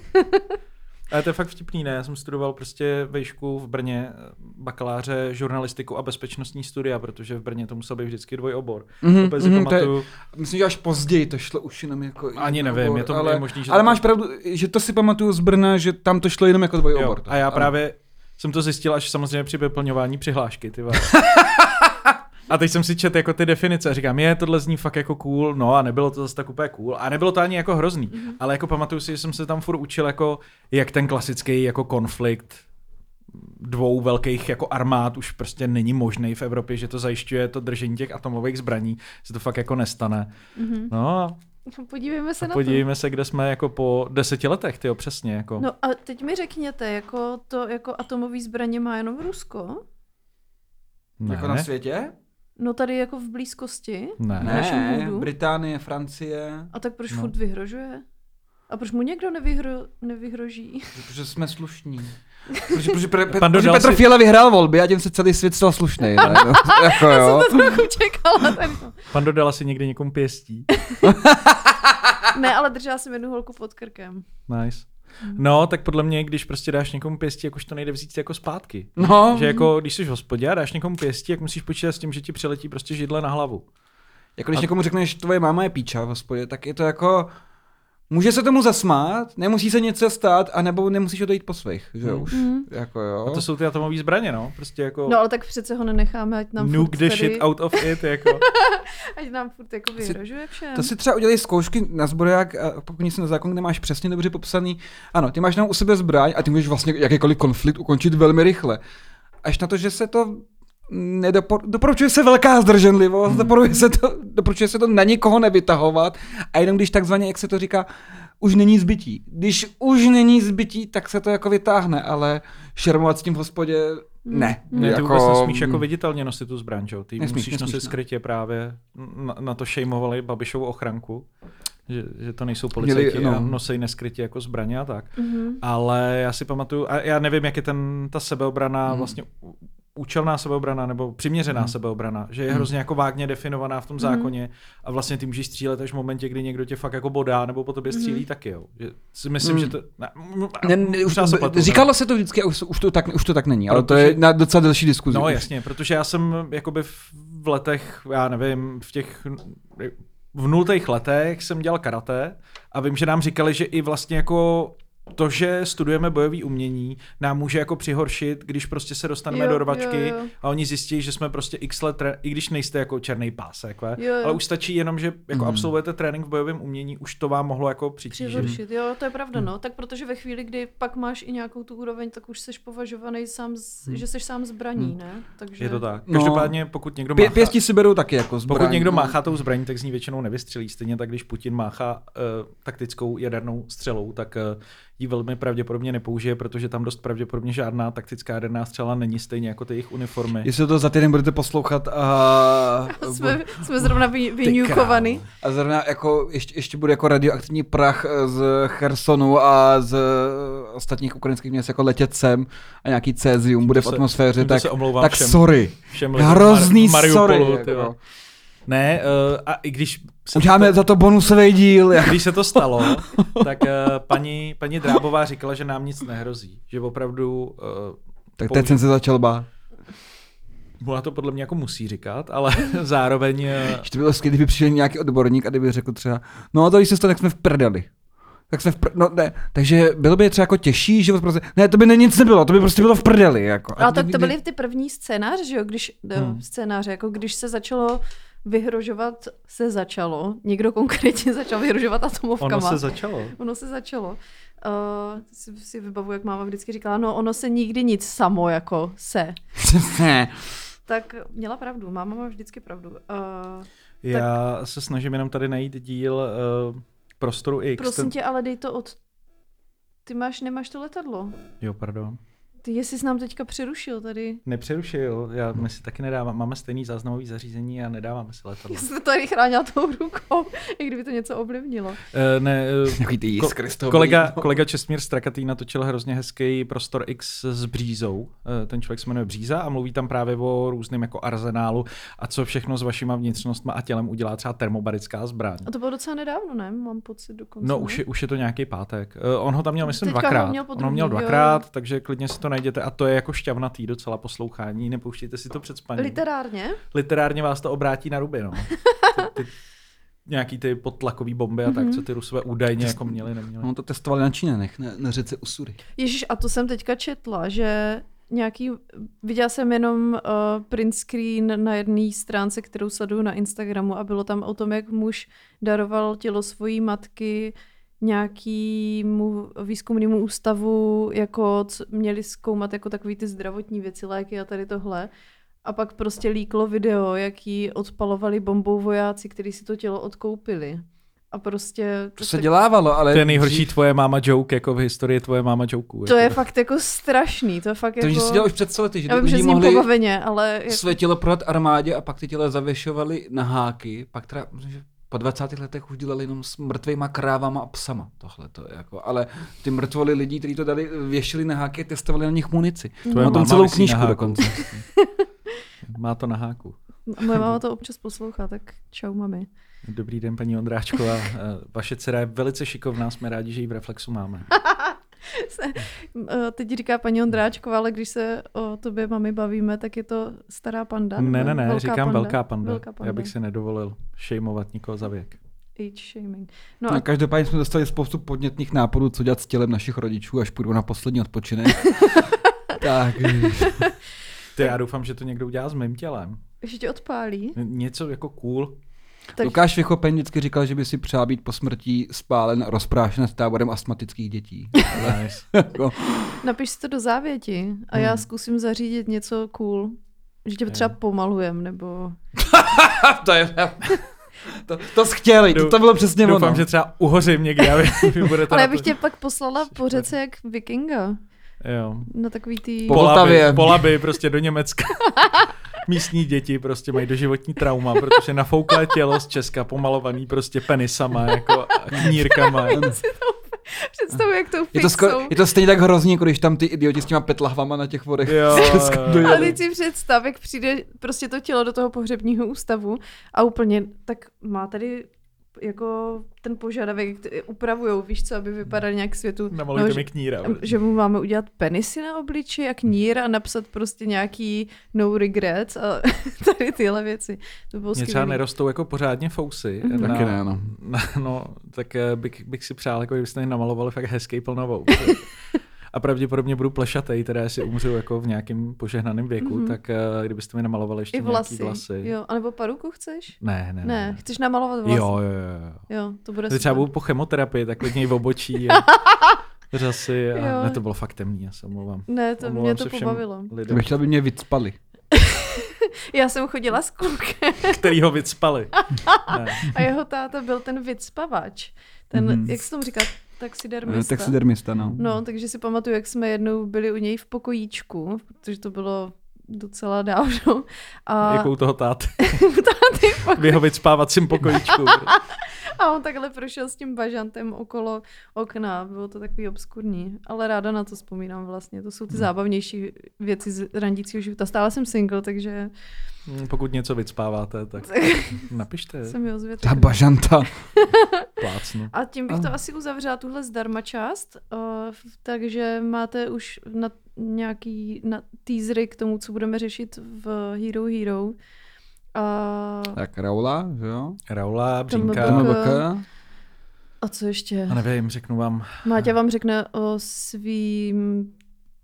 Speaker 3: Ale to je fakt vtipný, ne? Já jsem studoval prostě vejšku v Brně, bakaláře, žurnalistiku a bezpečnostní studia, protože v Brně to musel být vždycky dvojobor.
Speaker 1: Mhm,
Speaker 3: Vůbec si
Speaker 1: mhm, to je-
Speaker 3: pamatuju,
Speaker 1: Myslím, že až později to šlo už jenom jako...
Speaker 3: Ani
Speaker 1: jako
Speaker 3: nevím,
Speaker 1: obor,
Speaker 3: je to-
Speaker 1: ale,
Speaker 3: je možný, že
Speaker 1: Ale
Speaker 3: to-
Speaker 1: máš pravdu, že to si pamatuju z Brna, že tam to šlo jenom jako
Speaker 3: jo,
Speaker 1: dvojobor.
Speaker 3: a já
Speaker 1: ale-
Speaker 3: právě jsem to zjistil až samozřejmě při vyplňování přihlášky, ty vole. A teď jsem si čet jako ty definice a říkám, je, tohle zní fakt jako cool, no a nebylo to zase tak úplně cool a nebylo to ani jako hrozný,
Speaker 2: Mhm.
Speaker 3: mm-hmm. ale jako pamatuju si, že jsem se tam furt učil jako, jak ten klasický jako konflikt dvou velkých jako armád už prostě není možný v Evropě, že to zajišťuje to držení těch atomových zbraní, se to fakt jako nestane. Mm-hmm. No a
Speaker 2: Podívejme se
Speaker 3: a
Speaker 2: Mhm. na to.
Speaker 3: podívejme se, kde jsme jako po deseti letech, tyjo, přesně. Jako.
Speaker 2: No a teď mi řekněte, jako to jako atomový zbraně má jenom Rusko?
Speaker 3: ne,
Speaker 1: Jako na světě?
Speaker 2: No tady jako v blízkosti?
Speaker 3: ne,
Speaker 2: Na našem půdu?
Speaker 1: Británie, Francie,
Speaker 2: A tak proč
Speaker 3: No.
Speaker 2: no. furt vyhrožuje? A proč mu někdo nevyhro, nevyhroží?
Speaker 1: protože jsme slušní. Protože, protože, pre, pe,
Speaker 3: Pan
Speaker 1: protože
Speaker 3: dodal
Speaker 1: Petr
Speaker 3: si-
Speaker 1: Fiala vyhrál volby a tím se celý svět stal slušný. Ne? No, jako jo.
Speaker 2: To trochu čekala no. tady. to.
Speaker 3: Pan dodala si někdy někomu pěstí.
Speaker 2: Ne, ale držela jsem jednu holku pod krkem.
Speaker 3: Nice.
Speaker 2: Mm.
Speaker 3: No, tak podle mě, když prostě dáš někomu pěstí, jak už to nejde vzít jako zpátky.
Speaker 2: Mm.
Speaker 1: No,
Speaker 3: Že jako, když jsi v hospodě a dáš někomu pěstí, jak musíš počítat s tím, že ti přiletí prostě židle na hlavu.
Speaker 1: jako když někomu řekneš, tvoje máma je píča v hospodě, tak je to jako... Může se tomu zasmát, nemusí se něco stát, anebo nemusíš odejít po svých, že jo, už.
Speaker 2: Mhm.
Speaker 1: Jako jo.
Speaker 3: Hmm. A to jsou ty atomové zbraně, no. Prostě jako
Speaker 2: No ale tak přece ho nenecháme, ať nám
Speaker 3: nuke
Speaker 2: furt
Speaker 3: the
Speaker 2: tady,
Speaker 3: shit out of it, jako.
Speaker 2: ať nám furt jako
Speaker 1: si-
Speaker 2: vyhrožuje všem.
Speaker 1: To si třeba udělej zkoušky na zbroják, a pokud se na zákon, kde máš přesně dobře popsaný. Ano, ty máš tam u sebe zbraň a ty můžeš vlastně jakýkoliv konflikt ukončit velmi rychle. Až na to, že se to nedopor... doporučuje se velká zdrženlivost, hmm. doporučuje, se to, doporučuje se to na nikoho nevytahovat a jenom když takzvaně, jak se to říká, už není zbytí. Když už není zbytí, tak se to jako vytáhne, ale šermovat s tím v hospodě ne.
Speaker 3: Hmm. Ne, ty vůbec nesmíš jako viditelně nosit tu zbraň, že? jo? Ty
Speaker 1: Nesmíš,
Speaker 3: musíš
Speaker 1: nesmíš,
Speaker 3: nosit
Speaker 1: no.
Speaker 3: skrytě právě. Na, na to šejmovali Babišovu ochranku, že, že to nejsou
Speaker 1: Měli,
Speaker 3: policajti no. a
Speaker 1: no.
Speaker 3: nosej neskrytě jako zbraně a tak.
Speaker 2: Mhm.
Speaker 3: Mm-hmm. Ale já si pamatuju, a já nevím, jak je ten, ta sebeobrana
Speaker 1: Hmm.
Speaker 3: mm. vlastně u- účelná sebeobrana nebo přiměřená mm. sebeobrana,
Speaker 1: Hmm.
Speaker 3: že je hrozně jako vágně definovaná v tom zákoně a vlastně ty můžeš střílet až v momentě, kdy někdo tě fakt jako bodá nebo po tobě střílí taky, jo. Že si myslím,
Speaker 1: Mm.
Speaker 3: že to... Ne,
Speaker 1: Hmm. Ne, ne, už,
Speaker 3: možná se pletu, ne?
Speaker 1: říkalo se to vždycky, a už, už, to tak, už to tak není, ale to
Speaker 3: Protože-
Speaker 1: je na docela delší diskuzi.
Speaker 3: No
Speaker 1: už.
Speaker 3: jasně, protože já jsem jakoby v v letech, já nevím, v těch v nultých letech jsem dělal karate a vím, že nám říkali, že i vlastně jako to, že studujeme bojové umění, nám může jako přihoršit, když prostě se dostaneme
Speaker 2: Jo,
Speaker 3: do rvačky
Speaker 2: jo, jo.
Speaker 3: a oni zjistí, že jsme prostě x let, tré- i když nejste jako černý pásek, ve,
Speaker 2: Jo, jo.
Speaker 3: ale už stačí jenom, že jako
Speaker 1: Mhm.
Speaker 3: absolvujete trénink v bojovém umění, už to vám mohlo jako přitížit.
Speaker 2: Přihoršit, jo, to je pravda,
Speaker 3: Hmm.
Speaker 2: no. Tak protože ve chvíli, kdy pak máš i nějakou tu úroveň, tak už seš považovaný sám, z, že seš sám zbraní, ne? Takže...
Speaker 3: Hmm. Je to tak.
Speaker 1: No.
Speaker 3: Každopádně, pokud někdo
Speaker 1: Pě-
Speaker 3: máchá-
Speaker 1: pěstí si berou taky jako zbraň.
Speaker 3: Pokud někdo
Speaker 1: no.
Speaker 3: máchá tou zbraní, tak z ní většinou nevystřelí. Stejně tak, když Putin máchá uh, taktickou jadernou střelou, tak uh, ji velmi pravděpodobně nepoužije, protože tam dost pravděpodobně žádná taktická jaderná střela není stejně jako ty jejich uniformy.
Speaker 1: Jestli to za týden budete poslouchat a,
Speaker 2: Jsme, jsme zrovna vy, vyňukovaný.
Speaker 1: a zrovna jako ještě, ještě bude jako radioaktivní prach eh, z Chersonu a z eh, ostatních ukrajinských měst jako letět sem a nějaký cézium bude v
Speaker 3: se-
Speaker 1: atmosféře,
Speaker 3: tímto
Speaker 1: tak,
Speaker 3: se omlouvám
Speaker 1: tak
Speaker 3: všem-
Speaker 1: sorry.
Speaker 3: Všem lidem
Speaker 1: Hrozný
Speaker 3: Mar- Mariupolu,
Speaker 1: sorry. jako.
Speaker 3: ty jo. Ne, uh, a i když se,
Speaker 1: Uděláme za to bonusový díl. jako.
Speaker 3: když se to stalo, tak uh, paní, paní Drábová říkala, že nám nic nehrozí. Že opravdu uh,
Speaker 1: Tak teď jsem se začal bát.
Speaker 3: ona to podle mě jako musí říkat, ale zároveň eh,
Speaker 1: Ještě bylo skvělé, kdyby přišel nějaký odborník a kdyby řekl třeba, no a to když se stane, tak jsme v prdeli. Tak jsme v pr... no ne, takže bylo by třeba jako těžší život, prostě, ne, to by ne, nic nebylo, to by prostě bylo v prdeli, jako.
Speaker 2: A No, tak
Speaker 1: kdy-
Speaker 2: to
Speaker 1: kdy-
Speaker 2: byly ty první scénáře, že jo, když, hmm. scénáře, jako když se začalo vyhrožovat, se začalo, někdo konkrétně začal vyhrožovat atomovkama.
Speaker 3: ono se začalo.
Speaker 2: Ono se začalo. Uh, si, si vybavu, jak máma vždycky říkala, no ono se nikdy nic samo jako se.
Speaker 1: Ne.
Speaker 2: Tak měla pravdu, máma má vždycky pravdu. Uh,
Speaker 3: Já se snažím jenom tady najít díl uh, Prostoru X.
Speaker 2: prosím
Speaker 3: ten...
Speaker 2: tě, ale dej to od... Ty máš, nemáš to letadlo.
Speaker 3: Jo, pardon.
Speaker 2: Ty, jestli jsi nám teďka přerušil tady.
Speaker 3: Nepřerušil, já, my si taky nedávám, máme stejný záznamový zařízení a nedáváme si letadlo.
Speaker 2: Já jsem to tady chránila tou rukou, i kdyby to něco ovlivnilo.
Speaker 3: Eh, ne, eh,
Speaker 1: Takový ty
Speaker 3: ko-
Speaker 1: jiskry z toho
Speaker 3: kolega,
Speaker 1: byly.
Speaker 3: kolega Čestmír Strakatý natočil hrozně hezký Prostor X s Břízou. Eh, Ten člověk se jmenuje Bříza a mluví tam právě o různém jako arzenálu a co všechno s vašima vnitřnostma a tělem udělá třeba termobarická zbraň.
Speaker 2: A to bylo docela nedávno, ne? Mám pocit dokonce.
Speaker 3: No
Speaker 2: ne?
Speaker 3: už je, už je to nějaký pátek. Eh, On ho tam měl, myslím,
Speaker 2: Teďka ho
Speaker 3: dvakrát.
Speaker 2: měl
Speaker 3: On ho měl
Speaker 2: podruhý, jo, jo.
Speaker 3: dvakrát, takže klidně si to najděte a to je jako šťavnatý docela poslouchání, nepouštějte si to před spaním.
Speaker 2: Literárně?
Speaker 3: Literárně vás to obrátí na ruby, no. Ty, ty, nějaký ty potlakový bomby a
Speaker 2: Mhm.
Speaker 3: tak, co ty rusové údajně jako měli, neměli.
Speaker 1: No to testovali na Čínanech, na, na řece Usury.
Speaker 2: Ježíš, a to jsem teďka četla, že nějaký, viděla jsem jenom uh, print screen na jedné stránce, kterou sleduju na Instagramu a bylo tam o tom, jak muž daroval tělo svojí matky nějakýmu výzkumnému ústavu, jako co měli zkoumat jako takový ty zdravotní věci, léky a tady tohle. A pak prostě líklo video, jak jí odpalovali bombou vojáci, kteří si to tělo odkoupili. A prostě...
Speaker 1: To se dělávalo, ale...
Speaker 3: To je nejhorší
Speaker 1: dřív-
Speaker 3: tvoje máma joke, jako v historii tvoje máma jokeů.
Speaker 2: To
Speaker 3: jako.
Speaker 2: je fakt jako strašný, to je fakt
Speaker 1: To,
Speaker 2: jako...
Speaker 1: že se dělalo už před lety, že
Speaker 2: Já vím, že
Speaker 1: lidi
Speaker 2: s ním
Speaker 1: mohli
Speaker 2: pobaveně, ale jako,
Speaker 1: své tělo prodat armádě a pak ty těla zavěšovali na háky, pak teda, myslím, že po 20 letech už dělali jenom s mrtvejma krávama a psama tohle to jako, ale ty mrtvoly lidí, kteří to dali, věšili na háky a testovali na nich munici.
Speaker 2: Mhm.
Speaker 3: Tvoje
Speaker 1: Má o tom
Speaker 3: máma
Speaker 1: celou
Speaker 3: visí na
Speaker 1: knížku
Speaker 3: háku.
Speaker 1: dokonce.
Speaker 3: Má to na háku.
Speaker 2: moje máma to občas poslouchá, tak čau mami.
Speaker 3: Dobrý den, paní Ondráčková. Eh, Vaše dcera je velice šikovná, jsme rádi, že ji v Reflexu máme.
Speaker 2: Eh, Teď říká paní Ondráčková, ale když se o tobě mami bavíme, tak je to stará panda.
Speaker 3: Ne,
Speaker 2: nebo
Speaker 3: ne, ne,
Speaker 2: velká
Speaker 3: říkám
Speaker 2: panda.
Speaker 3: velká panda.
Speaker 2: Velká panda.
Speaker 3: Já bych si nedovolil šejmovat nikoho za věk.
Speaker 2: Age shaming. No
Speaker 1: No,
Speaker 2: a
Speaker 1: každopádně jsme dostali spoustu podnětných nápadů, co dělat s tělem našich rodičů, až půjdou na poslední odpočinek. tak,
Speaker 3: Ty, já doufám, že to někdo udělá s mým tělem.
Speaker 2: že tě odpálí,
Speaker 3: Ně- Něco jako cool.
Speaker 2: tak
Speaker 1: Lukáš Vychopen vždycky říkal, že by si přál být po smrti spálen, rozprášen s táborem astmatických dětí.
Speaker 3: Nice.
Speaker 1: Jako,
Speaker 2: napiš si to do závěti a
Speaker 3: Hmm.
Speaker 2: já zkusím zařídit něco cool. Že tě třeba pomalujem, nebo...
Speaker 1: to je... To, to chtěli, to, to bylo přesně ono.
Speaker 3: Doufám, že třeba uhořím někde, aby vy budete
Speaker 2: Ale
Speaker 3: na
Speaker 2: já
Speaker 3: to-
Speaker 2: bych tě pak poslala po řece jak vikinga.
Speaker 3: Jo.
Speaker 2: Na takový ty...
Speaker 1: Po- Vltavě.
Speaker 3: Polaby prostě do Německa. Místní děti prostě mají doživotní trauma, protože nafouklé tělo z Česka pomalovaný prostě penisama jako a knírkama.
Speaker 1: Ano.
Speaker 2: Představuji, jak to
Speaker 1: Je to,
Speaker 2: fixou.
Speaker 1: skoro, je to stejně tak hrozně, jako když tam ty idioti s těma petlahvama na těch vodech.
Speaker 3: Jo,
Speaker 1: přes-
Speaker 3: jo, jo.
Speaker 1: dojeli.
Speaker 2: Ale teď si představ, jak přijde prostě to tělo do toho pohřebního ústavu a úplně tak má tady jako ten požadavek, jak t- upravujou, víš co, aby vypadal nějak k světu.
Speaker 3: Namalujte
Speaker 2: No, že,
Speaker 3: mi kníra.
Speaker 2: že mu máme udělat penisy na obliči, jak nír a napsat prostě nějaký no regrets a tady tyhle věci. To bylo
Speaker 3: Mě třeba
Speaker 2: skvělý.
Speaker 3: nerostou jako pořádně fousy.
Speaker 2: Mhm.
Speaker 1: Taky ne, no.
Speaker 3: na, no, tak eh, bych, bych si přál, jako kdybyste mi namalovali fakt hezký plnovou. A pravděpodobně budu plešatej, teda jestli umřu jako v nějakém požehnaném věku,
Speaker 2: Mhm.
Speaker 3: tak eh, kdybyste mi namalovali ještě
Speaker 2: I vlasy.
Speaker 3: nějaký vlasy.
Speaker 2: Jo, anebo paruku chceš?
Speaker 3: Ne, ne,
Speaker 2: Ne,
Speaker 3: ne.
Speaker 2: chceš namalovat
Speaker 3: ne.
Speaker 2: vlasy?
Speaker 3: Jo, jo, jo. jo.
Speaker 2: Jo, to bude
Speaker 3: Že třeba
Speaker 2: super.
Speaker 3: budu po chemoterapii, tak klidně i v obočí a řasy. A...
Speaker 2: Jo.
Speaker 3: Ne, to bylo fakt temný, já se omlouvám.
Speaker 2: Ne, to
Speaker 3: Omlouvám
Speaker 2: mě to
Speaker 3: se všem
Speaker 2: pobavilo.
Speaker 1: Já
Speaker 3: Lidem,
Speaker 1: bych chtěl, aby mě vycpali.
Speaker 2: Já jsem chodila s klukem
Speaker 3: který ho vycpali. Ne.
Speaker 2: A jeho táta byl ten vycpavač. Ten,
Speaker 1: Mhm.
Speaker 2: mm. jak se tomu říká,
Speaker 1: Eh,
Speaker 2: taxidermista.
Speaker 1: Taxidermista, no.
Speaker 2: No, takže si pamatuju, jak jsme jednou byli u něj v pokojíčku, protože to bylo docela dávno. A,
Speaker 3: Jako u toho táty.
Speaker 2: táty v
Speaker 3: V jeho vycpávacím pokojíčku.
Speaker 2: a on takhle prošel s tím bažantem okolo okna. Bylo to takový obskurní, ale ráda na to vzpomínám vlastně. To
Speaker 1: Mhm.
Speaker 2: jsou ty zábavnější věci z randícího života. Stále jsem single, takže
Speaker 3: Mm, Pokud něco vycpáváte, tak napište,
Speaker 1: Eh,
Speaker 2: se mi ozvěte.
Speaker 1: Ta bažanta.
Speaker 3: plácnu.
Speaker 2: A tím bych to asi uzavřela, tuhle zdarma část. Uh, takže máte už na nějaký na teasery k tomu, co budeme řešit v Hero Hero. Uh,
Speaker 1: Tak Raula, že jo?
Speaker 3: Raula,
Speaker 1: Ten
Speaker 3: Břínka.
Speaker 2: byl-
Speaker 1: VK.
Speaker 2: eh, a co ještě?
Speaker 3: A nevím, řeknu vám,
Speaker 2: Máťa vám řekne o svým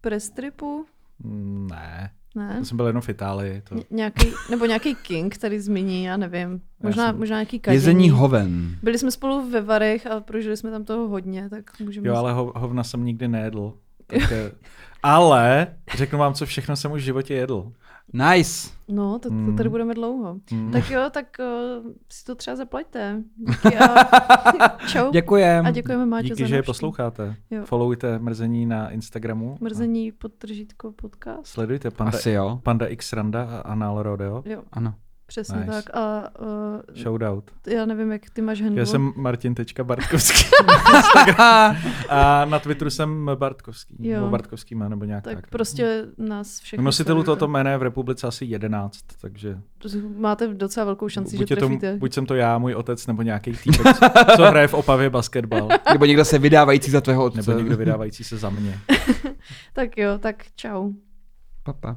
Speaker 2: prestripu?
Speaker 3: mm, ne,
Speaker 2: Ne?
Speaker 3: to jsem byl jenom v Itálii. To...
Speaker 2: Ně- Nějaký, nebo nějaký king tady zmíní, já nevím. Možná,
Speaker 3: jsem-
Speaker 2: možná nějaký kažení.
Speaker 1: Jezení hoven.
Speaker 2: Byli jsme spolu ve Varech a prožili jsme tam toho hodně, tak můžeme...
Speaker 3: Jo, ale ho, hovna jsem nikdy nejedl. Tak, eh, Ale řeknu vám, co všechno jsem už v životě jedl.
Speaker 1: Nice.
Speaker 2: No, to, to
Speaker 3: Mm.
Speaker 2: tady budeme dlouho.
Speaker 3: Mm.
Speaker 2: Tak jo, tak eh, si to třeba zaplaťte. Díky a čau.
Speaker 1: Děkujem.
Speaker 2: A děkujeme Máťo za
Speaker 3: Díky, že je
Speaker 2: návštěvu.
Speaker 3: posloucháte.
Speaker 2: Jo.
Speaker 3: Followujte Mrzení na Instagramu.
Speaker 2: Mrzení podtržítko podcast.
Speaker 3: Sledujte Panda,
Speaker 1: Asi jo.
Speaker 3: Panda X Randa a Anal Rodeo.
Speaker 2: Jo,
Speaker 1: Ano.
Speaker 2: přesně
Speaker 3: Nice.
Speaker 2: tak. A uh,
Speaker 3: Shoutout.
Speaker 2: já nevím, jak ty máš handle.
Speaker 3: Já jsem martin.bartkovský a na Twitteru jsem Bartkovský.
Speaker 2: Jo.
Speaker 3: Nebo Bartkovský má, nebo nějak
Speaker 2: tak,
Speaker 3: tak. no.
Speaker 2: tak prostě nás všechny...
Speaker 3: Nositelů
Speaker 2: sledujte.
Speaker 3: tohoto jména je v republice asi 11, takže
Speaker 2: Máte docela velkou šanci,
Speaker 3: buď,
Speaker 2: že
Speaker 3: je to,
Speaker 2: trefíte.
Speaker 3: buď jsem to já, můj otec, nebo nějaký týpek, co, co hraje v Opavě basketbal,
Speaker 1: Nebo někdo se vydávající za tvého otce.
Speaker 3: nebo někdo vydávající se za mě.
Speaker 2: Tak jo, tak čau.
Speaker 1: Papa.